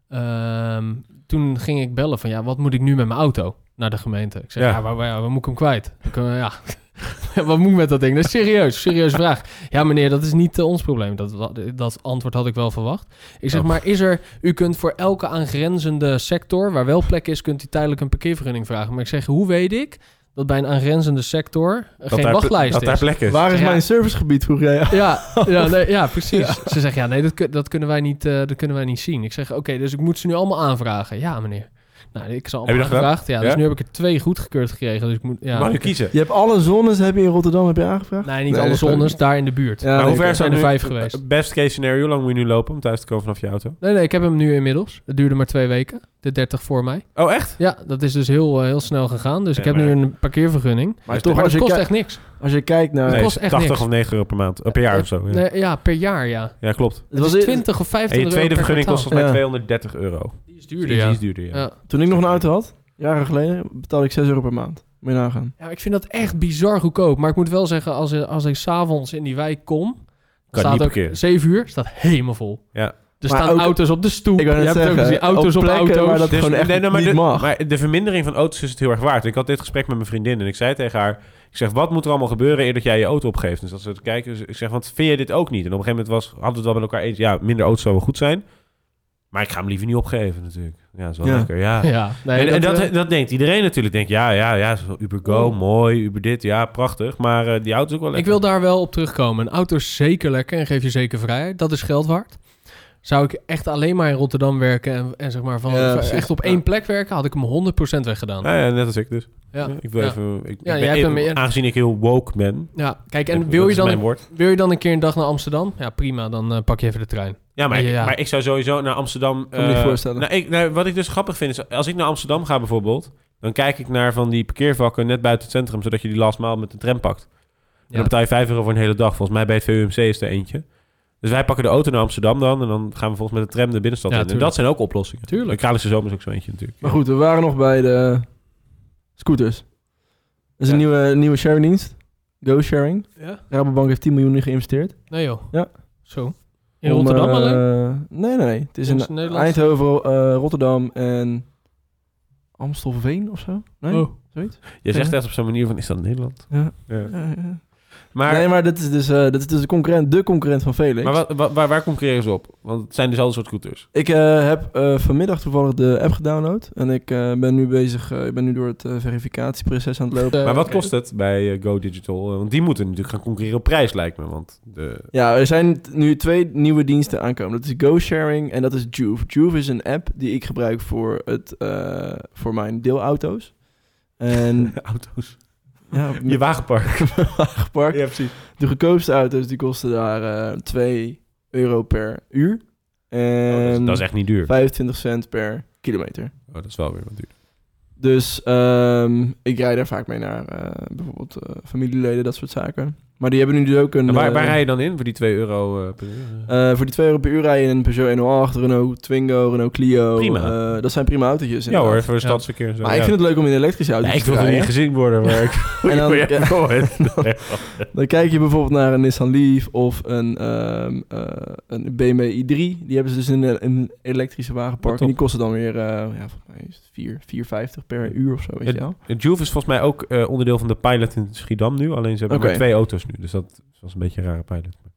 Ehm, toen ging ik bellen van, ja, wat moet ik nu met mijn auto naar de gemeente? Ik zei, Ja. ja, waar, waar- waar moet ik hem kwijt? Ik, eh, ja. wat moet ik met dat ding? Dat is serieus, serieus vraag. Ja, meneer, dat is niet eh, ons probleem. Dat, dat, dat antwoord had ik wel verwacht. Ik zeg, Oh. maar is er... U kunt voor elke aangrenzende sector, waar wel plek is, kunt u tijdelijk een parkeervergunning vragen. Maar ik zeg, hoe weet ik dat bij een aangrenzende sector eh, Dat geen daar- wachtlijst dat is? daar plek is. Waar is Ja. mijn servicegebied, vroeg jij. Ja, ja, nee, ja precies. Ze zeggen, ja, nee, dat, kun- dat, kunnen wij niet, eh, dat kunnen wij niet zien. Ik zeg, oké, dus ik moet ze nu allemaal aanvragen. Ja, meneer. Nou, ik zal Heb je allemaal dat aangevraagd. Ja, dus Ja? nu heb ik er twee goedgekeurd gekregen. Dus ik moet, ja, Mag nu kiezen. Je hebt alle zones heb je in Rotterdam heb je aangevraagd? Nee, niet Nee, alle dat kan zones, niet. daar in de buurt. Ja, maar nee, hoe ver oké. zijn er nu- vijf geweest. Best case scenario, hoe lang moet je nu lopen om thuis te komen vanaf je auto? Nee, nee, ik heb hem nu inmiddels. Het duurde maar twee weken. De 30 voor mij. Oh, echt? Ja, dat is dus heel, eh, heel snel gegaan. Dus Ja, ik heb maar- nu een parkeervergunning. Maar Maar toch, Maar als dat je, kost ki- echt niks. als je kijkt naar... Nee. Het kost echt 80 niks. of 9 euro per maand. eh, per jaar of zo. Ja, Nee, ja, per jaar ja. Ja, klopt. Het was was in- 20 of 25 En je euro tweede per vergunning kost kwartaal. volgens mij Ja. 230 euro. Dus Die is duurder, Die ja. is duurder, ja. ja. Toen ik nog een auto had, jaren geleden, betaalde ik 6 euro per maand. Moet je nagaan. Ja, ik vind dat echt bizar goedkoop. Maar ik moet wel zeggen, als, eh, als ik s'avonds in die wijk kom... Kan staat niet ook parkeren. 7 uur, staat helemaal vol. Ja. Er Maar staan ook- auto's op de stoep. Ik wou Je net hebt ook zeggen, gezien auto's op op, plekken auto's. waar dat- gewoon echt Dus nee, nee, maar niet de, mag. Maar de vermindering van auto's is het heel erg waard. Ik had dit gesprek met mijn vriendin en ik zei tegen haar... Ik zeg, wat moet er allemaal gebeuren eer dat jij je auto opgeeft? Dus dat ze te kijken. Dus ik zeg, want vind jij dit ook niet? En op een gegeven moment was, hadden we het wel met elkaar eens. Ja, minder auto's zou wel goed zijn. Maar ik ga hem liever niet opgeven natuurlijk. Ja, dat is wel Ja. lekker. Ja. Ja, nee, en en dat, eh, dat, denkt iedereen natuurlijk. Denkt, ja, ja, ja, zo Uber Go, Oh. mooi, Uber dit, ja, prachtig. Maar eh, die auto is ook wel ik lekker. wil daar wel op terugkomen. Een auto is zeker lekker en geeft je zeker vrijheid. Dat is geld waard. Zou ik echt alleen maar in Rotterdam werken en, en zeg maar van, Ja, precies. echt op Ja. één plek werken, had ik hem 100% weggedaan. Ja, ja, net als ik dus. Ja. Ik wil Ja. even... Ik, ik jij ben- hebt hem- ik- aangezien ik heel woke ben... Ja, kijk, dat en wil is je, dan mijn een, woord. wil je dan een keer een dag naar Amsterdam? Ja, prima, dan eh, pak je even de trein. Ja, maar, Ja, Ik, ja. maar ik zou sowieso naar Amsterdam... Kan me niet eh, voorstellen. Nou, ik, nou, wat ik dus grappig vind is... Als ik naar Amsterdam ga bijvoorbeeld... Dan kijk ik naar van die parkeervakken net buiten het centrum... Zodat je die last maal met de tram pakt. En Ja. dan betaal je 5 euro voor een hele dag. Volgens mij bij het VUMC is er eentje. Dus wij pakken de auto naar Amsterdam dan. En dan gaan we volgens met de tram de binnenstad Ja, in. En tuurlijk. dat zijn ook oplossingen. Tuurlijk. De Kralische Zomer is ook zo eentje natuurlijk. Maar goed, we waren nog bij de scooters. Dat is een Ja. nieuwe, nieuwe sharingdienst. Go Sharing. Ja? Rabobank heeft 10 miljoen in geïnvesteerd. Nee joh. Ja. Zo. In Om, Rotterdam eh, alleen? Nee, nee, nee. Het is Sinds in Nederland? Eindhoven, eh, Rotterdam en Amstelveen of zo. Nee? Oh. Zoiets? Je zegt Ja. echt op zo'n manier van, is dat Nederland? Ja. Ja. Ja, ja. Maar, nee, maar dit is dus, eh, dit is dus de, concurrent, de concurrent van Felix. maar wat, wa- waar, waar concurreren ze op? Want het zijn dezelfde soort scooters. Ik eh, heb eh, vanmiddag toevallig de app gedownload. En ik eh, ben nu bezig, eh, ik ben nu door het eh, verificatieproces aan het lopen. Eh, maar wat oké. kost het bij eh, Go Digital? Eh, want die moeten natuurlijk gaan concurreren op prijs, lijkt me. Want de... Ja, er zijn t- nu twee nieuwe diensten aankomen. Dat is GoSharing en dat is Juve. Juve is een app die ik gebruik voor, het, eh, voor mijn deelauto's. En auto's. ja, Je met wagenpark. wagenpark. Ja, precies. De goedkoopste auto's die kosten daar eh 2 euro per uur. En Oh, dat, is, dat is echt niet duur. 25 cent per kilometer. Oh, dat is wel weer wat duur. Dus ehm, ik rijd daar vaak mee naar eh, bijvoorbeeld eh, familieleden, dat soort zaken. Maar die hebben nu dus ook een... En waar, waar eh, rij je dan in voor die 2 euro eh, per uur? Eh, voor die 2 euro per uur rijden in een Peugeot 108, Renault Twingo, Renault Clio. Prima. Eh, dat zijn prima autootjes. ja hoor, inderdaad. voor stadsverkeer. en zo, Maar ja. ik vind het leuk om in een elektrische auto Nee, ik te wil er niet rijden. gezien worden, maar ik... En dan- Ja, ja. kom het. Dan kijk je bijvoorbeeld naar een Nissan Leaf of een, ehm, eh, een BMW i3. Die hebben ze dus in een, een elektrische wagenpark. Wat en top. die kosten dan weer eh ja, volgens mij is het 4, 4,50 per uur of zo. Weet je wel. De Juve is volgens mij ook eh, onderdeel van de pilot in Schiedam nu. Alleen ze hebben Oké. maar twee auto's nu. Dus dat was een beetje een rare pilot. Ze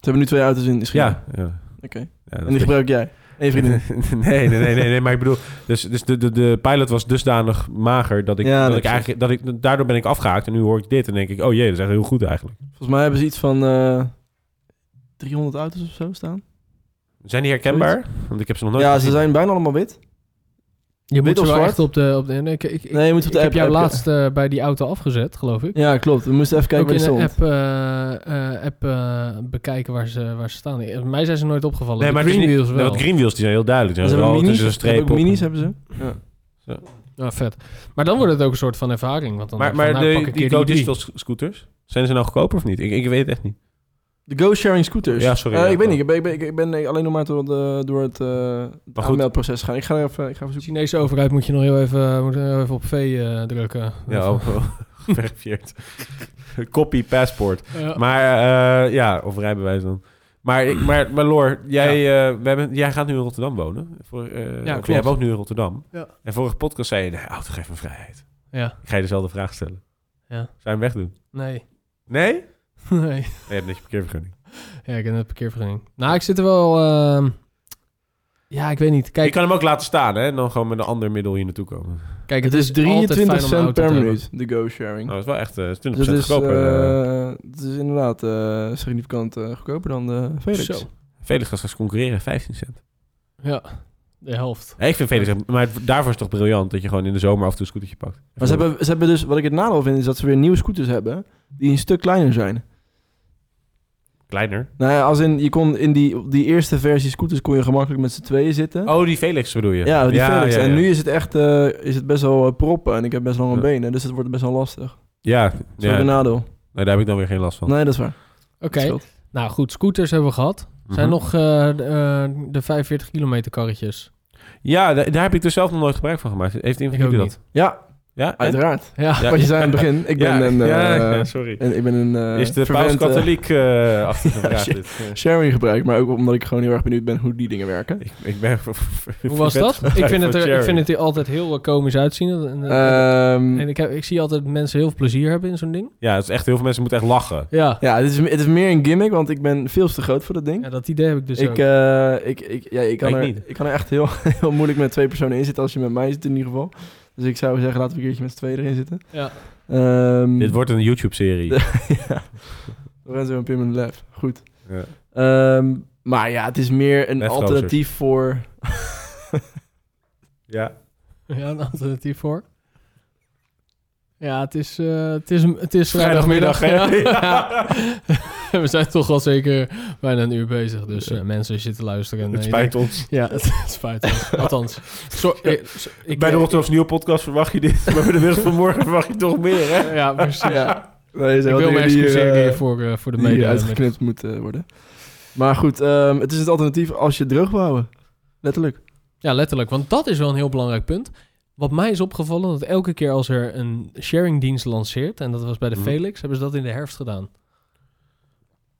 hebben nu twee auto's in Schiedam. Ja. ja. Oké. Ja, dat En die gebruik jij. Nee, vriendin. nee, nee, nee, nee, nee, maar ik bedoel, dus, dus de, de, de pilot was dusdanig mager dat ik, Ja, dat dat ik eigenlijk, dat ik, daardoor ben ik afgehaakt en nu hoor ik dit en denk ik, oh jee, dat is echt heel goed eigenlijk. Volgens mij hebben ze iets van eh 300 auto's of zo staan. Zijn die herkenbaar? Want ik heb ze nog nooit ja, ze gezien. zijn bijna allemaal wit. Je wit moet of zo zwart? echt op de... Op de nee, ik, ik, Nee, je moet op de ik app- heb jou app- laatst eh, bij die auto afgezet, geloof ik. Ja, klopt. We moesten even kijken Ook waar in die de stond. app, eh, eh, app eh, bekijken waar ze, waar ze staan. Eh, Mij zijn ze nooit opgevallen. Nee, maar de het is Green niet- Wheels Nee, wel. want greenwheels die zijn heel duidelijk. Ze Ze hebben hebben minis, minis, ze dus een hebben streep ook op. minis hebben ze. Ah, vet. Maar dan wordt het ook een soort van ervaring. Want dan Maar, denk je maar van, nou, pak de, een die keer Go die drie. Digital sc- scooters, zijn ze nou goedkoper of niet? Ik, ik weet het echt niet. De go-sharing scooters. Ja, sorry, Eh, ja, ik weet ja. niet. Ik ben, ik ben, ik ben alleen nog maar door, de, door het eh goed. aanmeldproces gaan. Ik ga er even, ik ga even De zoeken. Chinese overheid moet je nog heel even, moet heel even op V eh, drukken. Ja, oh, oh, geverifieerd. Copy paspoort. Ja. Maar eh, ja, of rijbewijs dan. Maar, ik- maar, maar Loor, jij, eh, we hebben, jij gaat nu in Rotterdam wonen. Voor, eh, of klopt. Jij woont nu in Rotterdam. Ja. En vorige podcast zei je, nee, auto geeft me vrijheid. ja, Ik ga je dezelfde vraag stellen. Ja. Zou je hem wegdoen? nee. Nee? Nee, nee. je hebt net je parkeervergunning. Ja, ik heb net parkeervergunning. Nou, ik zit er wel... ehm, Ja, ik weet niet. je Kijk, kan hem ook laten staan, hè? En dan gewoon met een ander middel hier naartoe komen. Nou, kijk Het is altijd fijn om een 23 cent auto te per hebben. minuut, de go-sharing. dat is wel echt eh, is 20% dus het is, goedkoper. eh. eh, het is inderdaad eh, significant eh, goedkoper dan de Felix. Zo. Felix gaat straks concurreren, 15 cent. Ja, de helft. Nee, ik vind Felix... echt- Maar het- daarvoor is het toch briljant dat je gewoon in de zomer af en toe een scootertje pakt. Maar ze hebben, ze hebben dus, wat ik het nadeel vind, is dat ze weer nieuwe scooters hebben die een stuk kleiner zijn. Kleiner. Nou ja, als in, je kon in die, op die eerste versie scooters kon je gemakkelijk met z'n tweeën zitten. Oh, die Felix bedoel je? Ja, die Felix. ja, En ja. nu is het echt eh, is het best wel eh, proppen en ik heb best lange Ja. benen, dus het wordt best wel lastig. Ja, Dat is ja. Oh. ook een nadeel. Nee, daar heb ik dan weer geen last van. Nee, dat is waar. Oké, Dat scheelt. nou goed, scooters hebben we gehad. Zijn Mhm. nog eh, de, eh, de 45 kilometer karretjes. Ja, da- daar heb ik dus zelf nog nooit gebruik van gemaakt. Heeft een van Ik ook jullie dat? Ja, Ja, en? uiteraard. Ja, Ja. Wat je zei aan het begin, ik ben ja, een... eh, ja, ja, sorry. en ik ben een eh, Is de paus verwend, eh, katholiek eh achtergevraagd shit. dit? Ja. sharing gebruik, maar ook omdat ik gewoon heel erg benieuwd ben hoe die dingen werken. Ik, ik ben... hoe was dat? Ik vind, het er, ik vind het er altijd heel eh, komisch uitzien. En, eh, Ehm, en ik, heb, ik zie altijd mensen heel veel plezier hebben in zo'n ding. Ja, het is echt heel veel mensen moeten echt lachen. Ja, ja, het is, het is meer een gimmick, want ik ben veel te groot voor dat ding. ja dat idee heb ik dus ook. ik, eh, ik, ik, ja, ik, kan Ik er, niet. ik kan er echt heel, heel moeilijk met twee personen in zitten, als je met mij zit in ieder geval. Dus ik zou zeggen, laten we een keertje met z'n tweeën erin zitten. Ja. Ehm, Dit wordt een YouTube-serie. ja. Lorenzo en Pim en Lef. Goed. Ja. Ehm, maar ja, het is meer een Leftovers. alternatief voor... ja. Ja, een alternatief voor. Ja, het is, eh, het is, het is vrijdagmiddag. Vrijdagmiddag, hè? ja. Ja. We zijn toch al zeker bijna een uur bezig. Dus eh, mensen zitten luisteren. en, Het eh, spijt ons. Ja, het, het spijt ons. Althans. Zo, eh, zo- ik, Bij de Rotterdamse Nieuwe Podcast verwacht je dit. Maar bij de wereld van morgen verwacht je toch meer, hè? Ja, precies. Ja. Nee, er Ik zijn wel wil me dingen die, excuseren eh, hiervoor eh, voor de die mede. uitgeknipt moeten worden. Maar goed, ehm, het is het alternatief als je het droog wil houden. Letterlijk. Ja, letterlijk. Want dat is wel een heel belangrijk punt. Wat mij is opgevallen, dat elke keer als er een sharingdienst lanceert, en dat was bij de Mhm. Felix, hebben ze dat in de herfst gedaan.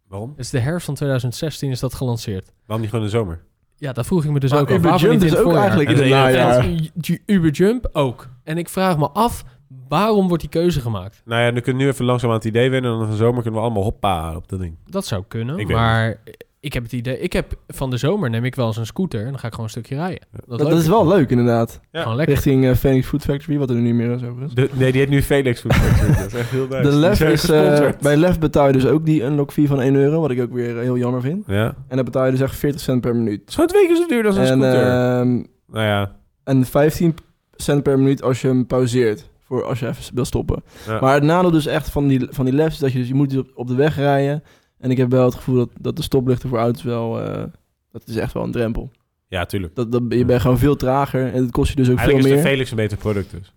Waarom? Dus de herfst van 2016 is dat gelanceerd. Waarom niet gewoon in de zomer? Ja, dat vroeg ik me dus Maar ook af. Uber Waarom Jump niet in is het ook voorjaar? eigenlijk Nou in het En dat is najaar. En die Uber Jump ook. En ik vraag me af, waarom wordt die keuze gemaakt? Nou ja, dan kunnen we nu even langzaam aan het idee wennen. En dan van zomer kunnen we allemaal hoppa op dat ding. Dat zou kunnen, Ik weet maar ik heb het idee... Ik heb van de zomer neem ik wel eens een scooter en dan ga ik gewoon een stukje rijden. Dat, Dat, dat is wel leuk, inderdaad. Ja. Gewoon lekker. Richting eh, Phoenix Food Factory, wat er nu niet meer is overigens. De, nee, die heet nu Felix Food Factory. dat is echt heel nice. De Die Lef zijn is, eh, gesponsord. bij Lef betaal je dus ook die unlock fee van 1 euro, wat ik ook weer eh, heel jammer vind. Ja. Het En dan betaal je dus echt 40 cent per minuut. is gewoon twee keer zo duur als een En, scooter. ehm, nou ja. en 15 cent per minuut als je hem pauzeert, voor als je even wil stoppen. Ja. Maar het nadeel dus echt van die, van die Lef is dat je, dus, je moet dus op, op de weg rijden. En ik heb wel het gevoel dat, dat de stoplichten voor auto's wel, eh, dat is echt wel een drempel. ja, tuurlijk. Dat, dat, je bent gewoon veel trager en het kost je dus ook Eigenlijk is veel de meer. Felix een beter product dus.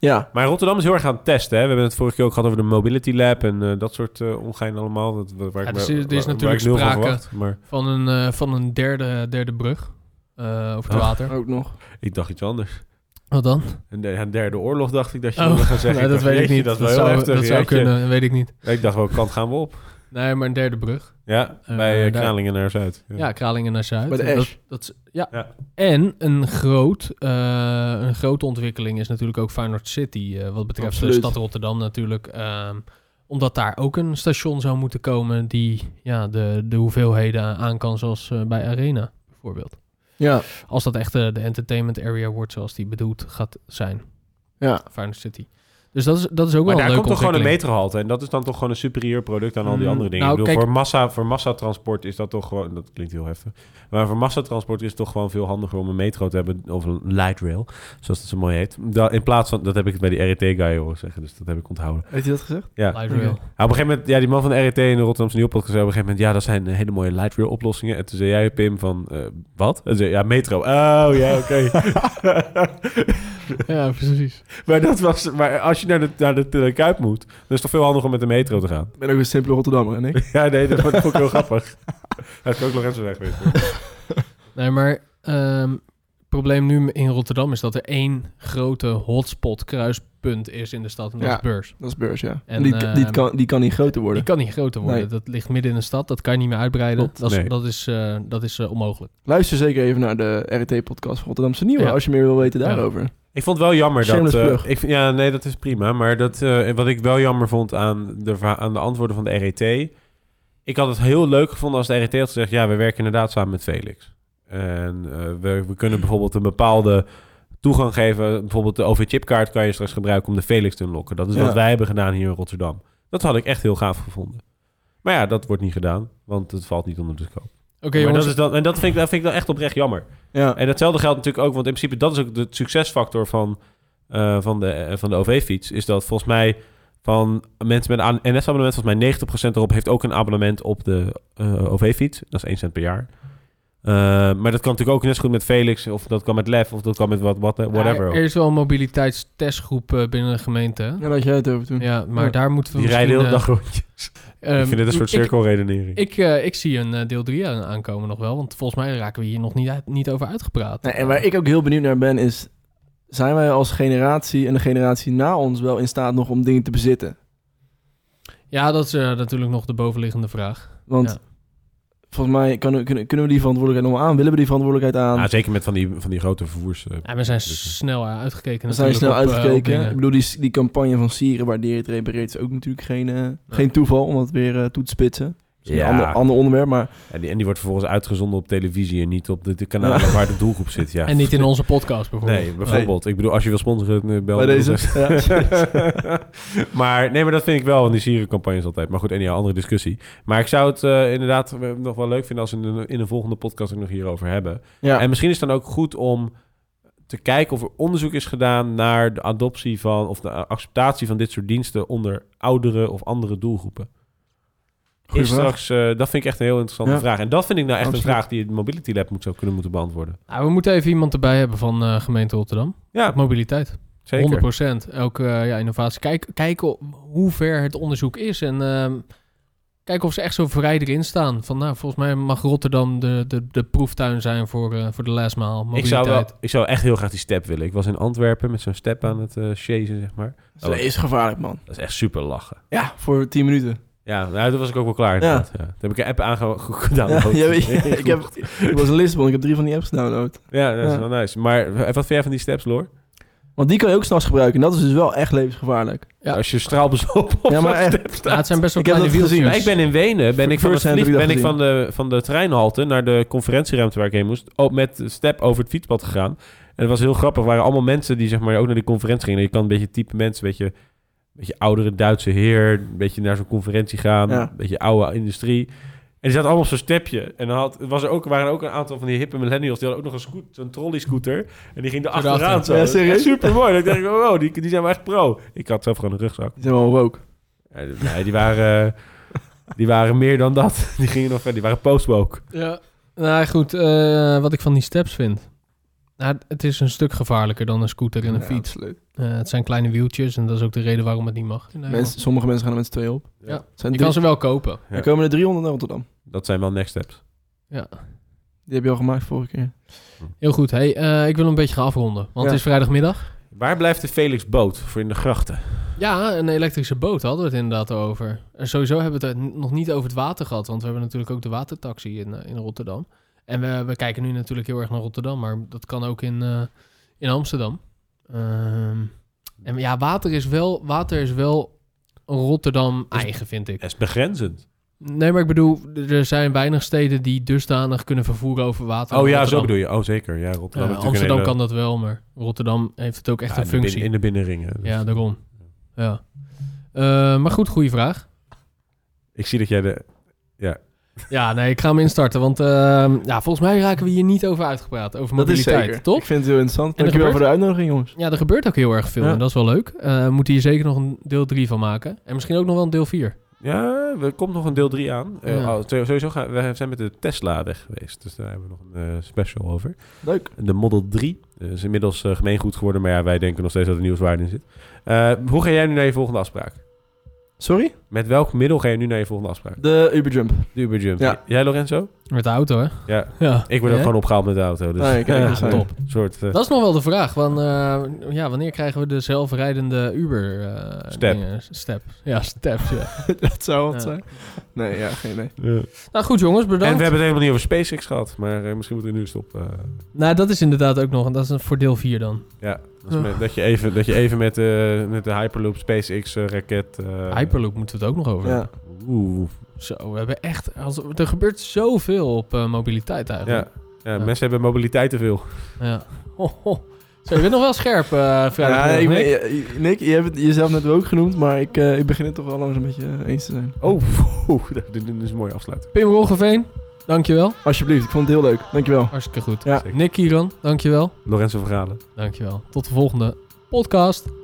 ja, Maar Rotterdam is heel erg aan het testen. Hè? We hebben het vorige keer ook gehad over de Mobility Lab en eh, dat soort eh ongein allemaal. Dat, waar ik me- Ja, dus er is waar- waar natuurlijk ik nul van sprake. verwacht, maar Van een, eh, van een derde, derde brug eh, over het Oh. water. ook nog. ik dacht iets anders. Wat dan? Een de- een derde oorlog dacht ik dat je Oh, wilde gaan zeggen. nee, dat dacht, weet ik jeetje, niet. Dat, Dat, is wel zou, heel heftig. dat zou jeetje. kunnen, dat weet ik niet. Ik dacht wel, kant gaan we op. Nee, maar een derde brug. Ja, Eh, bij eh, daar- Kralingen naar Zuid. Ja. Ja, Kralingen naar Zuid. Bij de En dat, Ash. dat is- ja. Ja. En een, groot, eh, een grote ontwikkeling is natuurlijk ook Feyenoord City, eh, wat betreft Absoluut. de stad Rotterdam natuurlijk. Ehm, omdat daar ook een station zou moeten komen die ja, de, de hoeveelheden aan kan, zoals eh, bij Arena bijvoorbeeld. Ja, Als dat echt eh, de entertainment area wordt zoals die bedoeld gaat zijn, ja. Feyenoord City. Dus dat is, dat is ook Maar wel daar een leuke komt toch gewoon een ontwikkeling. metrohalte. En dat is dan toch gewoon een superieur product aan al die Mm, andere dingen. nou, ik bedoel, kijk- voor, massa, voor massatransport is dat toch gewoon... Dat klinkt heel heftig. Maar voor massatransport is het toch gewoon veel handiger om een metro te hebben... of een light rail, zoals dat zo mooi heet. Da- in plaats van... Dat heb ik bij die RET-guy horen zeggen, dus dat heb ik onthouden. Heeft hij dat gezegd? Ja. Light Oké. rail. Ja, op een gegeven moment, ja, die man van de RET in de Rotterdamse Nieuwpodcast zei op een gegeven moment, ja, dat zijn eh, hele mooie light rail oplossingen. En toen zei jij, Pim, van, eh, wat? En zei, ja, metro. Oh, ja, oké. Ja, precies. maar, dat was, maar als je naar de, naar de, eh, Kuip moet, dan is het toch veel handiger om met de metro te gaan. Ik ben ook een simpele Rotterdammer en ik. ja, nee, dat vond ik ook heel grappig. Hij is ook nog even weg weten. Nee, maar ehm, het probleem nu in Rotterdam is dat er één grote hotspot kruispunt is in de stad en dat Ja. is beurs. Dat is beurs, ja. En, En die, eh, die, kan, die kan niet groter Die worden. kan niet groter worden. Nee. Dat ligt midden in de stad. Dat kan je niet meer uitbreiden. Klopt, Dat is, nee. dat is, eh, dat is eh, onmogelijk. Luister zeker even naar de RT-podcast van Rotterdamse Nieuwe... Ja. als je meer wil weten Ja. daarover. Ik vond het wel jammer dat... Shameless eh, plug. ik, vind- ja, nee, dat is prima. Maar dat, eh, wat ik wel jammer vond aan de, verha- aan de antwoorden van de RET... Ik had het heel leuk gevonden als de RET had gezegd... ja, we werken inderdaad samen met Felix. En eh, we, we kunnen bijvoorbeeld een bepaalde toegang geven. Bijvoorbeeld de OV-chipkaart kan je straks gebruiken om de Felix te unlocken. Dat is Ja. wat wij hebben gedaan hier in Rotterdam. Dat had ik echt heel gaaf gevonden. Maar ja, dat wordt niet gedaan, want het valt niet onder de scope. Oké, maar dat jongens. is dan, en dat vind, ik, dat vind ik dan echt oprecht jammer. Ja. En datzelfde geldt natuurlijk ook, want in principe dat is ook de succesfactor van, eh, van de, eh, van de OV-fiets. Is dat volgens mij van mensen met een NS-abonnement, volgens mij 90% erop heeft ook een abonnement op de eh, OV-fiets. Dat is 1 cent per jaar. Eh, maar dat kan natuurlijk ook net zo goed met Felix, of dat kan met Lef, of dat kan met wat, wat eh, whatever. Er is wel een mobiliteitstestgroep eh, binnen de gemeente. hè? Ja, dat jij het over toen. Ja, maar Mm. Ja. daar moeten we Die rijden heel misschien, de dag rondje. eh, ehm, ik vind dit een soort ik- cirkelredenering. Ik, eh, ik zie een eh, deel 3 aankomen nog wel. Want volgens mij raken we hier nog niet, uit- niet over uitgepraat. Nee, en waar ik ook heel benieuwd naar ben is... zijn wij als generatie en de generatie na ons wel in staat nog om dingen te bezitten? Ja, dat is eh, natuurlijk nog de bovenliggende vraag. Want Ja. volgens mij kan, kunnen, kunnen we die verantwoordelijkheid nog aan? Willen we die verantwoordelijkheid aan? Ja, Ah, zeker met van die, van die grote vervoers. eh, Ja, we zijn snel eh, uitgekeken. Dus- we zijn snel natuurlijk op, eh, op uitgekeken. dingen. ik bedoel, die, die campagne van Sieren waardeer het, repareert... is ook natuurlijk geen, eh, geen toeval om dat weer eh, toe te spitsen. Dat is Ja. een ander, ander onderwerp, maar... en, die, en die wordt vervolgens uitgezonden op televisie en niet op de, de kanalen waar de doelgroep zit. Ja, En niet in onze podcast bijvoorbeeld. Oh. Nee, bijvoorbeeld. Ik bedoel, als je wil sponsoren, eh, bel Bij ons. deze. maar nee, maar dat vind ik wel, want die sierencampagne is altijd. Maar goed, anyhow, andere discussie. Maar ik zou het eh, inderdaad eh, nog wel leuk vinden als we in een, in een volgende podcast het nog hierover hebben. Ja. En misschien is het dan ook goed om te kijken of er onderzoek is gedaan naar de adoptie van of de acceptatie van dit soort diensten onder ouderen of andere doelgroepen. Goeie is vraag. straks, eh, dat vind ik echt een heel interessante Ja. vraag. En dat vind ik nou echt Absoluut. een vraag die het Mobility Lab moet, zou kunnen moeten beantwoorden. Nou, we moeten even iemand erbij hebben van eh, gemeente Rotterdam. Ja, Mobiliteit. zeker. 100%. Elke eh, ja, innovatie. Kijk, kijken hoe ver het onderzoek is. En ehm, Kijken of ze echt zo vrij erin staan. Van nou, volgens mij mag Rotterdam de, de, de proeftuin zijn voor, eh, voor de lastmaal. Ik Mobiliteit. zou, wel, ik zou echt heel graag die step willen. Ik was in Antwerpen met zo'n step aan het eh chasen, zeg maar. Dat is gevaarlijk, man. Dat is echt super lachen. Ja, voor 10 minuten. Ja, nou, toen was ik ook wel klaar. inderdaad, Ja. Toen heb ik een app aangedaan. Ja, ja, weet je, ik, heb, ik was in Lissabon, ik heb drie van die apps gedownload. ja, dat is Ja. wel nice. Maar eh, wat vind jij van die steps, Loor? Want die kan je ook s'nachts gebruiken. En dat is dus wel echt levensgevaarlijk. Ja. Als je straalbezopen op Ja, maar zo'n echt. step Ja, staat. het zijn best wel Ik heb kleine dat gezien. wieltjes. Maar ik ben in Wenen, ben ik, van het First hand vlieg, heb ik dat ben ik gezien. van de, van de treinhalte naar de conferentieruimte waar ik heen moest, ook met de step over het fietspad gegaan. En dat was heel grappig. Er waren allemaal mensen die zeg maar ook naar die conferentie gingen. Je kan een beetje type mensen, een beetje, een beetje oudere Duitse heer, een beetje naar zo'n conferentie gaan, Ja. een beetje oude industrie. En die zaten allemaal op zo'n stepje. En dan had, was er ook, waren er ook een aantal van die hippe millennials. Die hadden ook nog een scoot, zo'n trolley scooter. En die ging er Erachter. achteraan zo. Ja, serieus? Super mooi. Dan dacht ik, wow, die, die zijn wel echt pro. Ik had zelf gewoon een rugzak. Die zijn wel woke. Ja, Eh, d- nee, die waren, eh, die waren meer dan dat. Die gingen nog verder. Die waren postwoke. Ja. Nou goed, eh, wat ik van die steps vind. Nou, het is een stuk gevaarlijker dan een scooter en een Ja, fiets. absoluut. Eh, het zijn kleine wieltjes en dat is ook de reden waarom het niet mag. in Nederland. Mensen, sommige mensen gaan er met z'n tweeën op. Ja. Het Zijn je drie- kan ze wel kopen. Ja. Er komen er 300 naar Rotterdam. Dat zijn wel next steps. Ja. Die heb je al gemaakt vorige keer. Heel goed. Hey, eh, ik wil een beetje gaan afronden, want Ja. het is vrijdagmiddag. Waar blijft de Felix boot voor in de grachten? Ja, een elektrische boot hadden we het inderdaad over. En sowieso hebben we het er nog niet over het water gehad, want we hebben natuurlijk ook de watertaxi in, eh, in Rotterdam. En we, we kijken nu natuurlijk heel erg naar Rotterdam, maar dat kan ook in, eh, in Amsterdam. Ehm, en ja, water is wel, water is wel Rotterdam eigen, vind ik. Dat is begrenzend. Nee, maar ik bedoel, er- er zijn weinig steden die dusdanig kunnen vervoeren over water. Oh als ja, zo Rotterdam. bedoel je. Oh zeker. Ja, Rotterdam, Ja, heeft natuurlijk een Amsterdam hele- kan dat wel, maar Rotterdam heeft het ook echt Ja, een in de bin- functie. In de binnenringen. Dus Ja, daarom. Ja. Eh, maar goed, goede vraag. Ik zie dat jij de... Ja, nee, ik ga hem instarten, want ehm, ja, volgens mij raken we hier niet over uitgepraat, over mobiliteit, Ik toch? vind het heel interessant. En er Dankjewel voor gebeurt- de uitnodiging, jongens. Ja, er gebeurt ook heel erg veel Ja. en dat is wel leuk. Eh, we moeten hier zeker nog een deel 3 van maken en misschien ook nog wel een deel 4. Ja, er komt nog een deel 3 aan. Eh, Ja. oh, sowieso gaan we zijn met de Tesla weg geweest. Dus daar hebben we nog een eh, special over. Leuk. De Model 3. eh, is inmiddels eh, gemeengoed geworden. Maar ja, wij denken nog steeds dat er nieuwswaarde in zit. Eh, hoe ga jij nu naar je volgende afspraak? Sorry? Met welk middel ga je nu naar je volgende afspraak? De Uberjump. De Uber Jump. Ja. Jij, Lorenzo? Met de auto, hè? Ja. Ja. Ik word ook Ja? gewoon opgehaald met de auto. Dus Nee, ik- ik Ja, wil zijn. top. een soort... eh, Dat is nog wel de vraag. Want, eh, ja, wanneer krijgen we de zelfrijdende Uber eh, Step. dingen? step. Ja, step. Ja. dat zou wat Ja. zijn. Nee, ja, geen nee. ja. nou goed jongens, bedankt. En we hebben het helemaal niet over SpaceX gehad. Maar eh, misschien moeten we nu stoppen. eh. Nou, dat is inderdaad ook nog. En dat is een voor deel 4 dan. ja. Dat, is met- dat, je even, dat je even met, eh, met de Hyperloop SpaceX eh, raket... eh, Hyperloop moeten we het ook nog over. Ja. Oeh. Zo, we hebben echt... Als, er gebeurt zoveel op eh, mobiliteit Ja. eigenlijk. Ja, Ja. Mensen hebben mobiliteit te veel. Ja. Ho, ho. Zo, je bent nog wel scherp eh vrijdag. Ja, ik, ben- Nick, je hebt het jezelf net ook genoemd, maar ik, eh, ik begin het toch wel langzaam een beetje eens te zijn. Oh, oeh, dit, dit is een mooie afsluiting. Pim Roggeveen, dankjewel. Alsjeblieft, ik vond het heel leuk. Dankjewel. Hartstikke goed. Ja. Zeker. Nick Kieran, dankjewel. Lorenzo Verhalen. Dankjewel. Tot de volgende podcast.